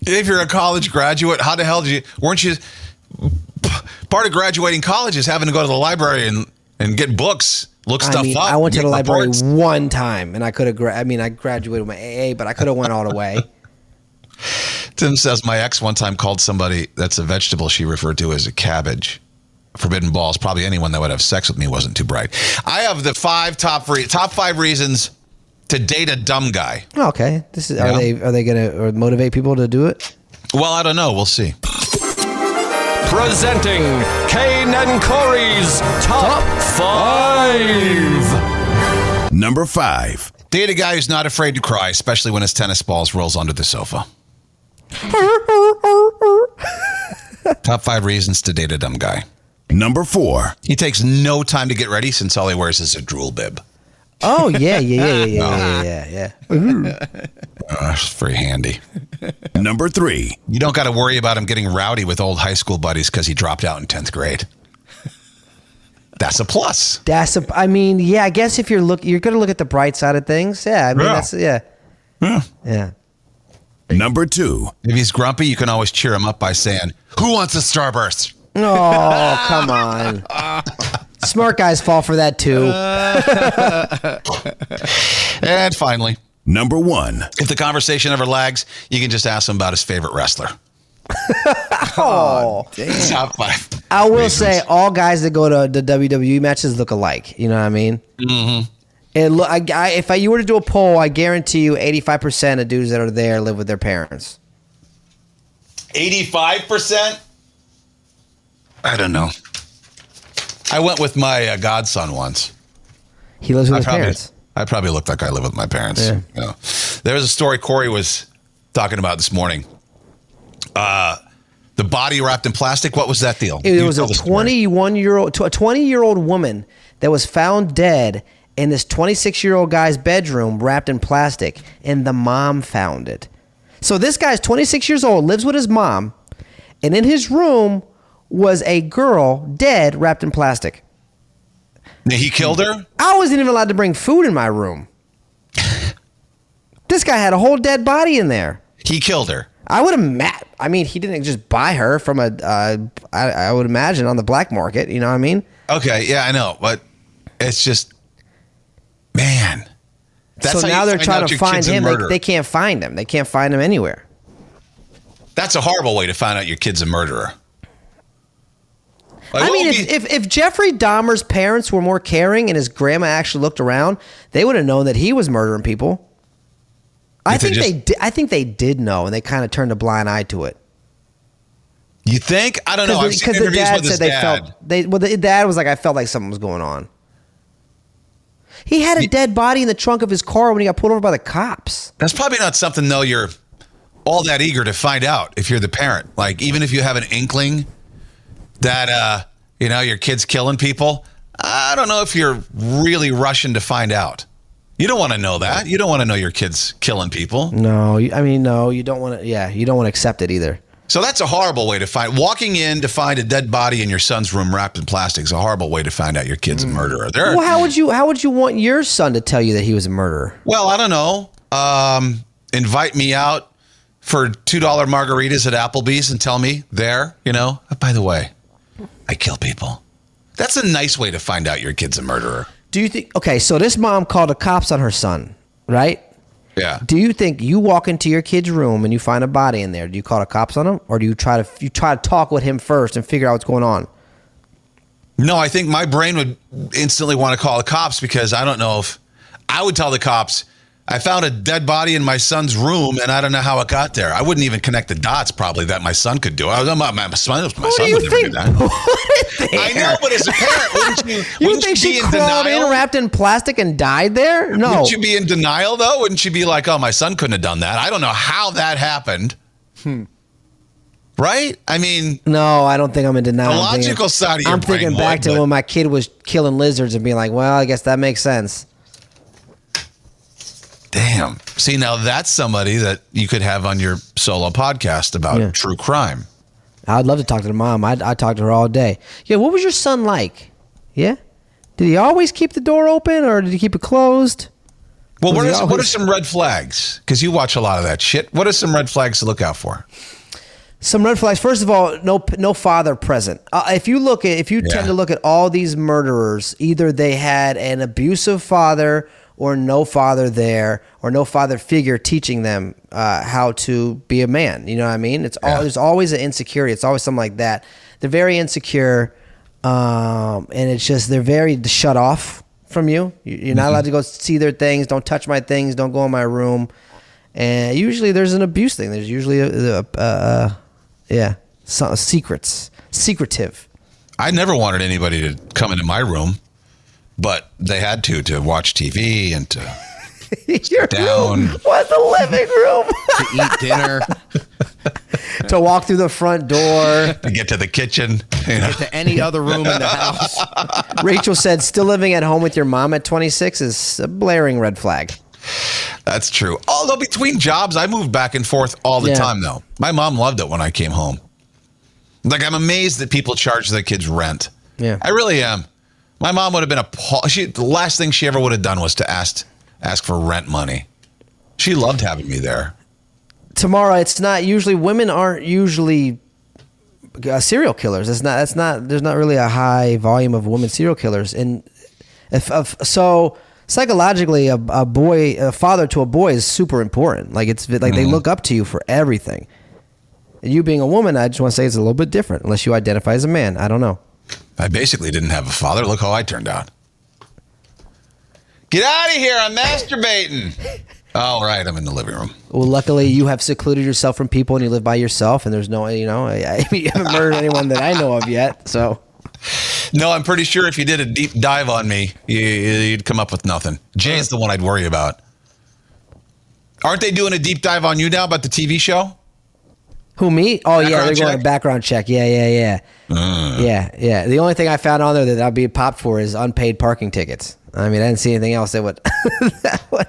If you're a college graduate, how the hell did you? Weren't you? Part of graduating college is having to go to the library and and get books, look
I
stuff
mean,
up.
I went to
get
the library
reports.
one time, and I could have. Gra- I mean, I graduated with my AA, but I could have went all the way.
Tim says my ex one time called somebody that's a vegetable she referred to as a cabbage. Forbidden balls. Probably anyone that would have sex with me wasn't too bright. I have the five top re- top five reasons to date a dumb guy.
Oh, Okay, this is. Are
Yeah.
they are they gonna or motivate people to do it?
Well, I don't know. We'll see.
Presenting Kane and Corey's Top 5.
Number five.
Date a guy who's not afraid to cry, especially when his tennis balls rolls under the sofa. Top five reasons to date a dumb guy.
Number four.
He takes no time to get ready since all he wears is a drool bib.
Oh yeah, yeah, yeah, yeah, yeah, yeah, yeah, yeah.
Oh, that's very handy.
Number three.
You don't got to worry about him getting rowdy with old high school buddies because he dropped out in 10th grade. That's a plus.
That's a. I mean, yeah. I guess if you're look, you're gonna look at the bright side of things. Yeah. I mean,
Yeah.
that's yeah. Yeah. Yeah.
Number two.
If he's grumpy, you can always cheer him up by saying, Who wants a Starburst?
Oh come on. Smart guys fall for that too.
And finally,
Number one.
if the conversation ever lags, you can just ask him about his favorite wrestler.
oh.
Top five.
I will
reasons.
say all guys that go to the WWE matches look alike. You know what I mean? Mm-hmm. It look, I, I, if I, you were to do a poll, I guarantee you, eighty-five percent of dudes that are there live with their parents.
85%? I don't know. I went with my uh, godson once.
He lives with
I
his
probably,
parents.
I probably look like I live with my parents.
Yeah.
You know. There was a story Corey was talking about this morning. Uh, the body wrapped in plastic. What was that deal?
It
You
was
tell
a
the story.
twenty-one-year-old, a twenty-year-old woman that was found dead in this twenty-six-year-old guy's bedroom, wrapped in plastic, and the mom found it. So this guy's twenty-six years old, lives with his mom, and in his room was a girl dead, wrapped in plastic.
He killed her.
I wasn't even allowed to bring food in my room. this guy had a whole dead body in there.
He killed her.
I would imagine. I mean, he didn't just buy her from a. Uh, I, I would imagine on the black market. You know what I mean?
Okay, yeah, I know, but it's just, man.
so
how
now
you
they're
find
trying
out
to
your
find
kid's a
him. They,
murderer.
they can't find him. They can't find him anywhere.
That's a horrible way to find out your kid's a murderer. Like,
I
what
mean,
would
if,
be-
if if Jeffrey Dahmer's parents were more caring and his grandma actually looked around, they would have known that he was murdering people. I
If they
think
just-
they. Di- I think they did know, and they kind of turned a blind eye to it.
you think I don't know, I've seen
because the
interviews
dad
with his
said they
dad.
felt they well the dad was like I felt like something was going on. He had a dead body in the trunk of his car when he got pulled over by the cops.
That's probably not something though you're all that eager to find out if you're the parent. Like even if you have an inkling that uh, you know your kid's killing people, I don't know if you're really rushing to find out. You don't want to know that. You don't want to know your kid's killing people.
No, you- I mean no, you don't want to. Yeah, you don't want to accept it either.
So that's a horrible way to find. Walking in to find a dead body in your son's room wrapped in plastic is a horrible way to find out your kid's a murderer. There, are-
Well, how would you how would you want your son to tell you that he was a murderer?
Well, I don't know. Um, invite me out for two dollar margaritas at Applebee's and tell me there. You know. Uh, By the way, I kill people. That's a nice way to find out your kid's a murderer.
Do you think okay, so this mom called the cops on her son, right?
Yeah.
Do you think you walk into your kid's room and you find a body in there? Do you call the cops on him, or do you try to you try to talk with him first and figure out what's going on?
No, I think my brain would instantly want to call the cops because I don't know if I would tell the cops I found a dead body in my son's room and I don't know how it got there. I wouldn't even connect the dots probably that my son could do. I don't my, my, my son, my
What do
son
you
would never do
think?
that.
What is
I know,
there?
but as a parent, wouldn't you?
You
wouldn't
think
you be
she
in
crawled
denial?
in wrapped in plastic and died there? No.
Wouldn't you be in denial though? Wouldn't you be like, "Oh, my son couldn't have done that. I don't know how that happened."
Hmm.
Right? I mean,
No, I don't think I'm in denial.
The
I'm thinking-
logical side of your
I'm
brain
thinking back
would,
to
but-
when my kid was killing lizards and being like, "Well, I guess that makes sense."
Damn. See, now that's somebody that you could have on your solo podcast about
Yeah.
true crime.
I'd love to talk to the mom. I'd, I'd talk to her all day. Yeah, what was your son like? Yeah, did he always keep the door open or did he keep it closed?
Well, what
Was
are,
he
what are
always-
some red flags? Because you watch a lot of that shit. What are some red flags to look out for?
Some red flags. First of all, no no father present. Uh, if you look at if you
Yeah.
tend to look at all these murderers, either they had an abusive father or no father there or no father figure teaching them uh, how to be a man. You know what I mean? It's all there's always an insecurity. It's always something like that. They're very insecure, um, and it's just they're very shut off from you. You- You're not allowed to go see their things. Don't touch my things. Don't go in my room. And usually there's an abuse thing. There's usually a, a, a, a yeah, so, secrets, secretive.
I never wanted anybody to come into my room, but they had to to watch TV and to
Your
Down.
room was the living room.
to eat dinner,
to walk through the front door.
to get to the kitchen. You know?
to any other room in the house.
Rachel said, "Still living at home with your mom at 26 is a blaring red flag."
That's true. Although between jobs, I moved back and forth all the
Yeah.
time, though. My mom loved it when I came home. Like, I'm amazed that people charge their kids rent.
Yeah.
I really am. My mom would have been appalled. She, the last thing she ever would have done was to ask, ask for rent money. She loved having me there.
Tomorrow, it's not usually women aren't usually uh, serial killers. It's not. That's not. There's not really a high volume of women serial killers. And if, if so, psychologically, a, a boy, a father to a boy, is super important. Like it's like they look up to you for everything. And you being a woman, I just want to say it's a little bit different, unless you identify as a man. I don't know.
I basically didn't have a father. Look how I turned out. Get out of here. I'm masturbating. All right. I'm in the living room.
Well, luckily, you have secluded yourself from people and you live by yourself, and there's no, you know, I, I, you haven't murdered anyone that I know of yet. So,
No, I'm pretty sure if you did a deep dive on me, you, you'd come up with nothing. Jay's the one I'd worry about. Aren't they doing a deep dive on you now about the TV show?
who me? Oh yeah, they're
Background
going
check?
to background check. Yeah, yeah, yeah,
Ah.
yeah, yeah. The only thing I found on there that I'd be popped for is unpaid parking tickets. I mean, I didn't see anything else that would. that would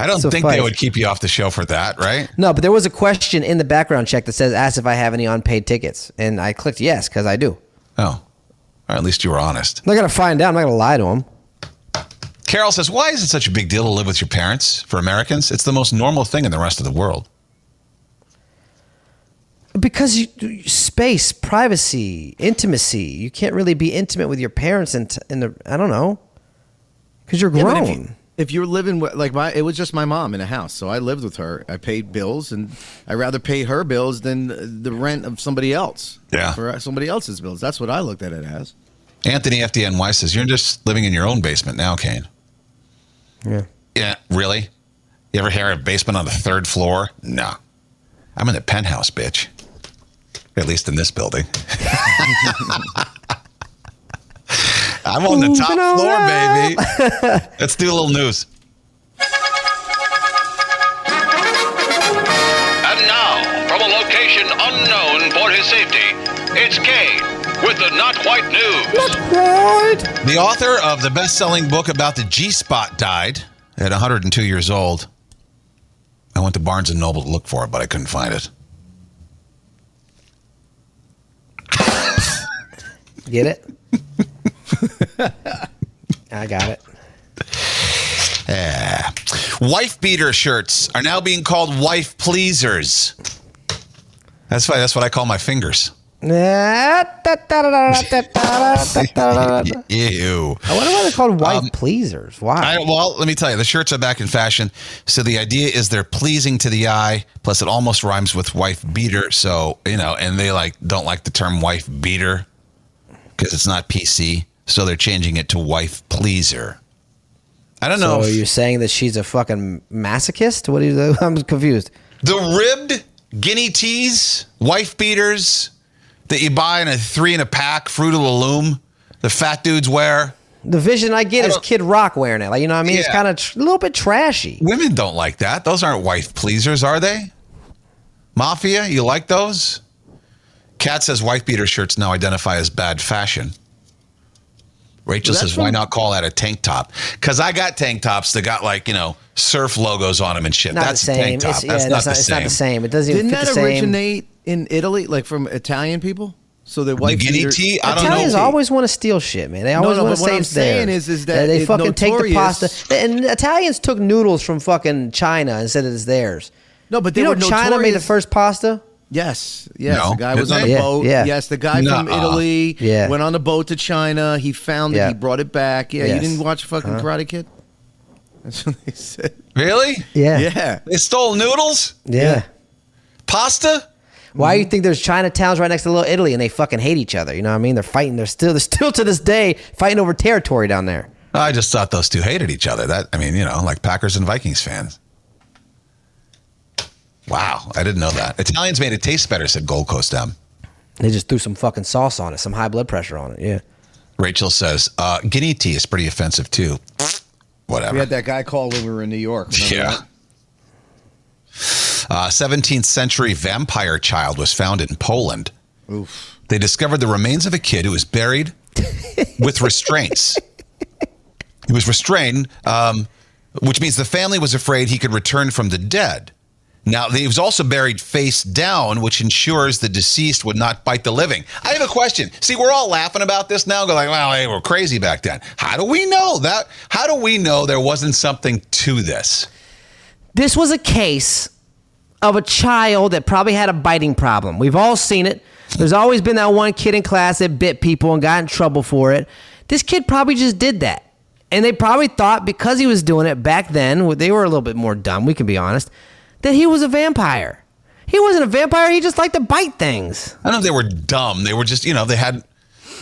I don't
So
think they
funny.
would keep you off the show for that, right?
no, but there was a question in the background check that says, "Ask if I have any unpaid tickets," and I clicked yes because I do.
Oh, or at least you were honest.
I'm not gonna find out. I'm not gonna lie to him.
Carol says, Why is it such a big deal to live with your parents for Americans? It's the most normal thing in the rest of the world.
because you, you- space, privacy, intimacy. You can't really be intimate with your parents and in the I don't know because you're
Yeah,
grown.
but if, you, if you're living with like my, it was just my mom in a house, so I lived with her. I paid bills, and I rather pay her bills than the rent of somebody else.
Yeah.
for somebody else's bills. That's what I looked at it as.
Anthony FDNY says, You're just living in your own basement now, Kane.
yeah.
Yeah, really? You ever hear a basement on the third floor? No. I'm in the penthouse, bitch. At least in this building. I'm on the top
Moving on
floor, baby. Let's do a little news.
And now, from a location unknown for his safety, it's Kane with the Not Quite News.
The author of the best selling book about the G Spot died at 102 years old. I went to Barnes and Noble to look for it, but I couldn't find it.
Get it? I got it.
Yeah. Wife beater shirts are now being called wife pleasers. That's why. That's what I call my fingers.
I
Ew.
wonder why they're called wife pleasers. Why?
Um, I, well, let me tell you, the shirts are back in fashion. So the idea is they're pleasing to the eye. Plus, it almost rhymes with wife beater. So you know, and they like don't like the term wife beater because it's not PC. So they're changing it to wife pleaser. I don't know.
So
if-
you're saying that she's a fucking masochist? What do you? I'm confused.
The ribbed guinea teas, wife beaters that you buy in a three in a pack, Fruit of the Loom, the fat dudes wear.
The vision I get
I
is
don't-
Kid Rock wearing it. Like you know, what I mean, it's
Yeah.
kind of tr- a little bit trashy.
Women don't like that. Those aren't wife pleasers, are they? Mafia, you like those? Kat says wife beater shirts now identify as bad fashion. Rachel
Well, that's
says, why
from-
not call that a tank top? Because I got tank tops that got like, you know, surf logos on them and shit.
Not
that's
the
a
same.
tank top.
It's, yeah,
that's not, the
it's
same.
not the same. It doesn't even
Didn't
fit the
that
same.
originate in Italy, like from Italian people? So the
The
white
guinea
beater-
tea? I don't know.
Italians always want to steal shit, man. They
No,
always
no,
want
but
to
what
say
I'm
it's theirs.
saying is- is
They-
that
they
it-
fucking take the
Notorious-
pasta. And Italians took noodles from fucking China and said it's theirs.
No, but they
you know
were
China made the
notorious-
first pasta.
Yes, yes.
No,
the guy was
didn't
on a
they?
Yeah,
boat.
yeah.
Yes, the guy from
Nuh-uh.
Italy
Yeah.
went on a boat to China. He found it.
Yeah.
He brought it back. Yeah,
Yes.
you didn't watch fucking
Uh-huh.
Karate Kid? That's what they said.
Really?
Yeah, yeah.
Yeah.
They stole noodles? Pasta?
Why do you think there's Chinatowns right next to Little Italy and they fucking hate each other? You know what I mean? They're fighting. They're still, they're still to this day fighting over territory down there.
I just thought those two hated each other. That I mean, you know, like Packers and Vikings fans. Wow, I didn't know that. Italians made it taste better, said Gold Coast M.
They just threw some fucking sauce on it, some high blood pressure on it. Yeah.
Rachel says, uh, guinea tea is pretty offensive too. Whatever.
We had that guy call when we were in New York. remember
yeah.
that?
Uh, 17th century vampire child was found in Poland.
Oof.
They discovered the remains of a kid who was buried with restraints. He was restrained, um, which means the family was afraid he could return from the dead. Now, he was also buried face down, which ensures the deceased would not bite the living. I have a question. See, we're all laughing about this now, go like, well, they were crazy back then. How do we know that? How do we know there wasn't something to this?
This was a case of a child that probably had a biting problem. We've all seen it. There's always been that one kid in class that bit people and got in trouble for it. This kid probably just did that. And they probably thought because he was doing it back then, well, they were a little bit more dumb, we can be honest, that he was a vampire. He wasn't a vampire, he just liked to bite things.
I don't know if they were dumb. They were just, you know, they had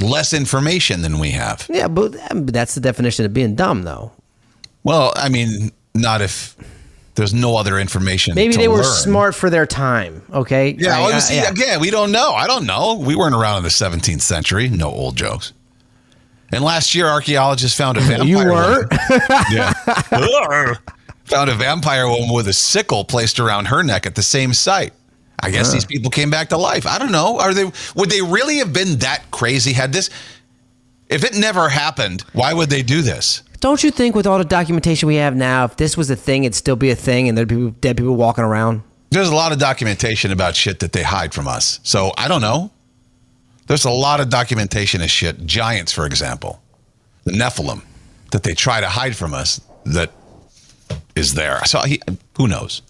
less information than we have.
Yeah, but that's the definition of being dumb, though.
Well, I mean, not if there's no other information.
Maybe
to
they were
learn.
smart for their time, okay?
Yeah, well,
Like, uh,
you see,
yeah.
again, we don't know. I don't know. We weren't around in the 17th century. No old jokes. And last year, archaeologists found a vampire.
You
woman-
weren't?
Yeah. Urgh. found a vampire woman with a sickle placed around her neck at the same site. I guess these people came back to life. I don't know. Are they? Would they really have been that crazy? Had this? If it never happened, why would they do this?
Don't you think with all the documentation we have now, if this was a thing, it'd still be a thing and there'd be dead people walking around?
There's a lot of documentation about shit that they hide from us. So I don't know. There's a lot of documentation of shit. Giants, for example, the Nephilim, that they try to hide from us that is there. So he, who knows?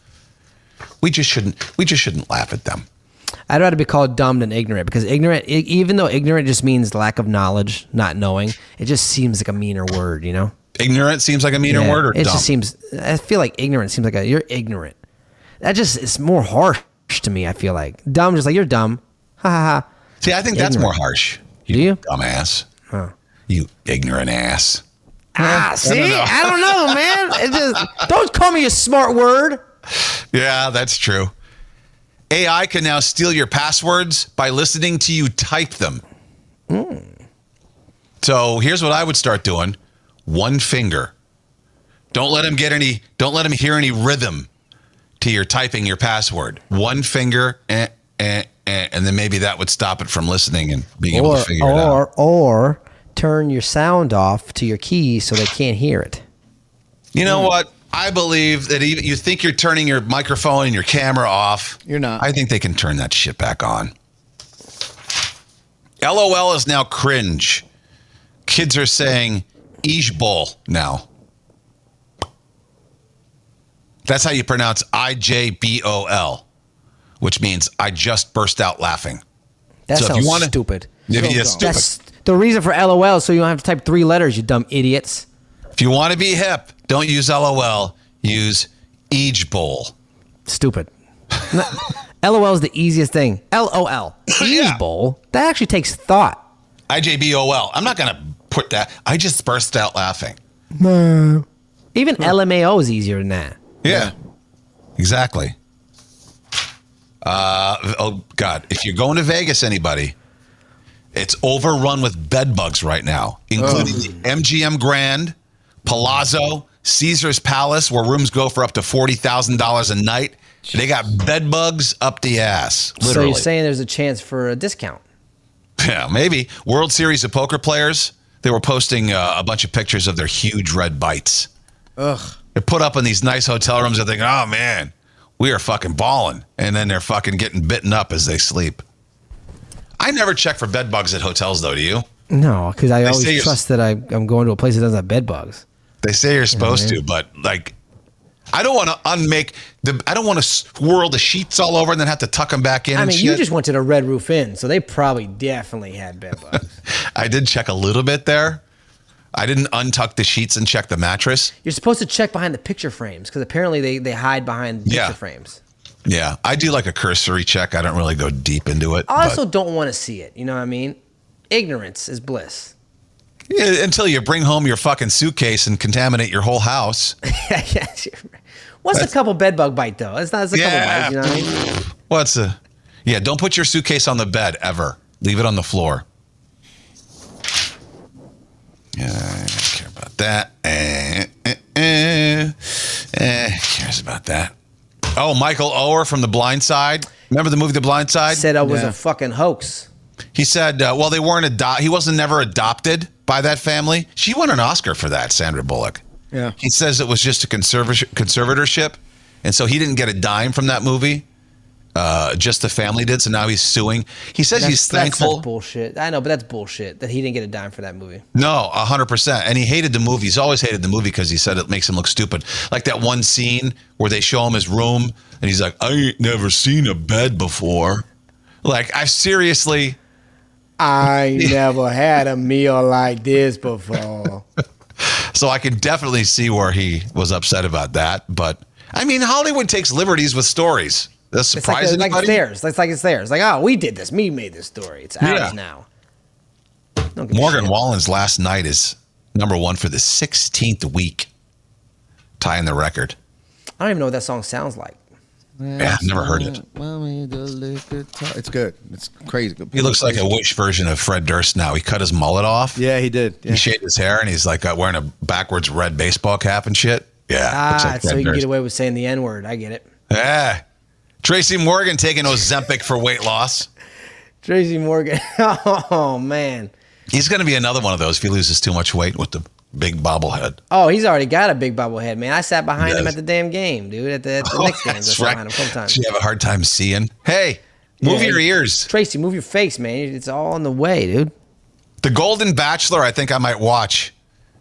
We just shouldn't. We just shouldn't laugh at them.
I'd rather be called dumb than ignorant because ignorant, i- even though ignorant just means lack of knowledge, not knowing, it just seems like a meaner word, you know?
Ignorant seems like a meaner
Yeah,
word, or
it
dumb.
just seems, I feel like ignorant seems like a, you're ignorant. That just, it's more harsh to me, I feel like. Dumb, just like you're dumb. Ha ha ha.
See, I think that's more
ignorant.
harsh.
Do you?
Dumbass. You ignorant ass.
Ah, see? I don't know, man. It just, don't call me a smart word.
Yeah, that's true. AI can now steal your passwords by listening to you type them. So here's what I would start doing: one finger. Don't let him get any. Don't let him hear any rhythm to your typing your password. One finger, eh, eh, eh, and then maybe that would stop it from listening and being able
or
to figure it out.
or or turn your sound off to your keys so they can't hear it.
You know
Hmm.
what? I believe that even, you think you're turning your microphone and your camera off.
You're not.
I think they can turn that shit back on. LOL is now cringe. Kids are saying Ijbol now. That's how you pronounce I J B O L, which means I just burst out laughing.
That
So if
sounds
you wanna-
stupid.
If you- it's stupid.
That's the reason for LOL, so you don't have to type three letters, you dumb idiots.
If you want to be hip, don't use LOL. Use Ijbol.
Stupid. No, LOL is the easiest thing. LOL. Ease bowl. That actually takes thought.
I J B O L. I'm not going to put that. I just burst out laughing.
No. Even LMAO is easier than that.
Yeah. Exactly. Uh, oh God! If you're going to Vegas, anybody, it's overrun with bed bugs right now, including the MGM Grand, Palazzo, Caesar's Palace, where rooms go for up to forty thousand dollars a night. They got bed bugs up the ass,
So
literally.
you're saying there's a chance for a discount.
yeah, maybe World Series of Poker players. They were posting uh, a bunch of pictures of their huge red bites.
Ugh.
They're put up in these nice hotel rooms. They're thinking, oh man, we are fucking balling. And then they're fucking getting bitten up as they sleep. I never check for bed bugs at hotels, though, do you?
No, because I
They say
always
you're-
trust that I, I'm going to a place that doesn't have bed bugs.
They say you're supposed to, but like, I don't want to unmake the, I don't want to swirl the sheets all over and then have to tuck them back in.
I
and
mean, you
shit.
just went to the Red Roof Inn, so they probably definitely had bed bugs.
I did check a little bit there. I didn't untuck the sheets and check the mattress.
You're supposed to check behind the picture frames because apparently they, they hide behind picture
Yeah.
frames.
Yeah. I do like a cursory check. I don't really go deep into it.
I
but-
also don't want to see it. You know what I mean? Ignorance is bliss.
Yeah, until you bring home your fucking suitcase and contaminate your whole house.
Yes, you're right. What's a couple bed bug bite though? It's not it's a
Yeah.
couple bites. You know what I mean?
What's a yeah? Don't put your suitcase on the bed ever. Leave it on the floor. Yeah, I don't care about that. Eh, eh, eh. Eh, who cares about that. Oh, Michael Oher from The Blind Side. Remember the movie The Blind Side?
Said I was
Yeah.
a fucking hoax.
He said, uh, "Well, they weren't adopt. He wasn't never adopted by that family. She won an Oscar for that, Sandra Bullock."
Yeah.
He says it was just a conserva- conservatorship, and so he didn't get a dime from that movie. Uh, just the family did, so now he's suing. He says
That's-
he's
that's
thankful.
such bullshit. I know, but that's bullshit that he didn't get a dime for that movie.
No, a hundred percent. And he hated the movie. He's always hated the movie because he said it makes him look stupid. Like that one scene where they show him his room, and he's like, "I ain't never seen a bed before." Like I seriously,
I never had a meal like this before.
So I can definitely see where he was upset about that. But I mean, Hollywood takes liberties with stories. That
It's like,
surprise
it's like it's
anybody?
theirs. It's like it's theirs. Like, oh, we did this. Me made this story. It's ours
Yeah.
now.
Morgan Wallen's last night is number one for the 16th week, tying the record.
I don't even know what that song sounds like.
Yeah, I've never heard it.
It's good. It's crazy. good.
He looks like a wish version of Fred Durst now. He cut his mullet off.
Yeah, he did. Yeah.
He shaved his hair and he's like uh, wearing a backwards red baseball cap and shit. Yeah. looks
Ah,
like
so
Fred
he can
Durst.
get away with saying the N word. I get it.
Yeah. Tracy Morgan taking Ozempic for weight loss.
Tracy Morgan. oh man.
He's going to be another one of those if he loses too much weight with the big bobblehead.
Oh, he's already got a big bobblehead, man. I sat behind him
Yes.
at the damn game, dude. At the, at the next game, I
That's
sat
right.
behind him a couple times.
Did you have a hard time seeing? Hey, move
Yeah.
your ears.
Tracy, move your face, man. It's all on the way, dude.
The Golden Bachelor, I think I might watch.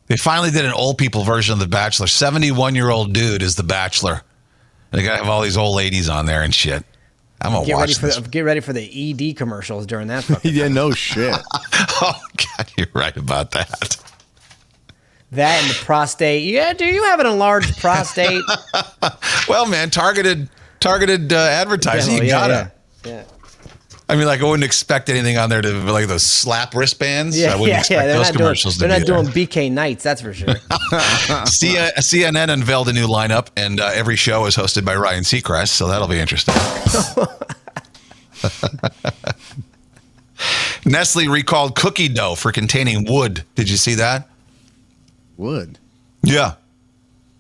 They finally did an old people version of The Bachelor. 71 year old dude is The Bachelor. They got to have all these old ladies on there and shit. I'm going to
Get ready
watch
for
this.
the, get ready for the ED commercials during that. fucking-
Yeah, no shit.
oh, God, you're right about that.
that and the prostate. Yeah, do you have an enlarged prostate?
Well, man, targeted targeted uh, advertising.
Yeah,
you
yeah,
got to.
yeah. Yeah.
I mean, like, I wouldn't expect anything on there to like those slap wristbands. I
Yeah,
wouldn't
yeah,
expect
yeah. They're
those
not doing,
commercials
they're
to be
not
there.
doing BK nights, that's for sure.
C- uh, CNN unveiled a new lineup, and uh, every show is hosted by Ryan Seacrest, so that'll be interesting. Nestle recalled cookie dough for containing wood. Did you see that?
Wood.
Yeah.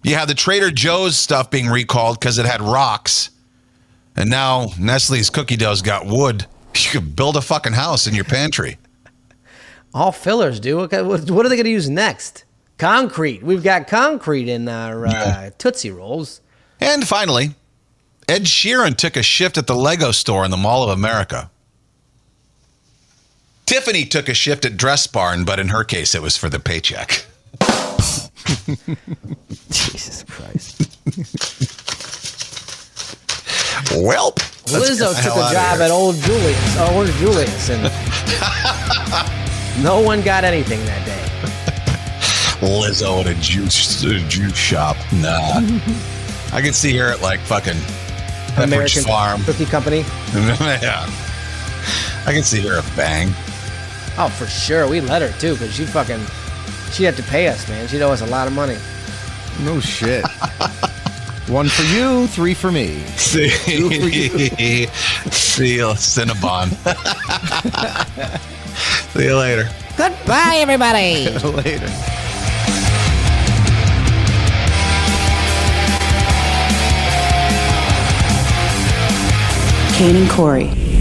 You had the Trader Joe's stuff being recalled because it had rocks, and now Nestle's cookie dough's got wood. You could build a fucking house in your pantry.
all fillers, dude. What, kind- what what are they going to use next? Concrete. We've got concrete in our uh, Tootsie Rolls.
And finally, Ed Sheeran took a shift at the Lego store in the Mall of America. Tiffany took a shift at Dress Barn, but in her case, it was for the paycheck.
Jesus Christ.
Well,
Lizzo took a job at Old Julius, or Orange Julius, and no one got anything that day.
Lizzo at a juice a juice shop. Nah, I could see her at like fucking Pepperidge
American
Farm.
Cookie Company.
yeah, I could see her at Bang.
Oh, for sure. We let her too, because she fucking she had to pay us, man. She owe us a lot of money.
No shit. One for you, three for me.
See,
Two for you.
see you, Cinnabon. see you later.
Goodbye, everybody.
Later.
Kane and Corey.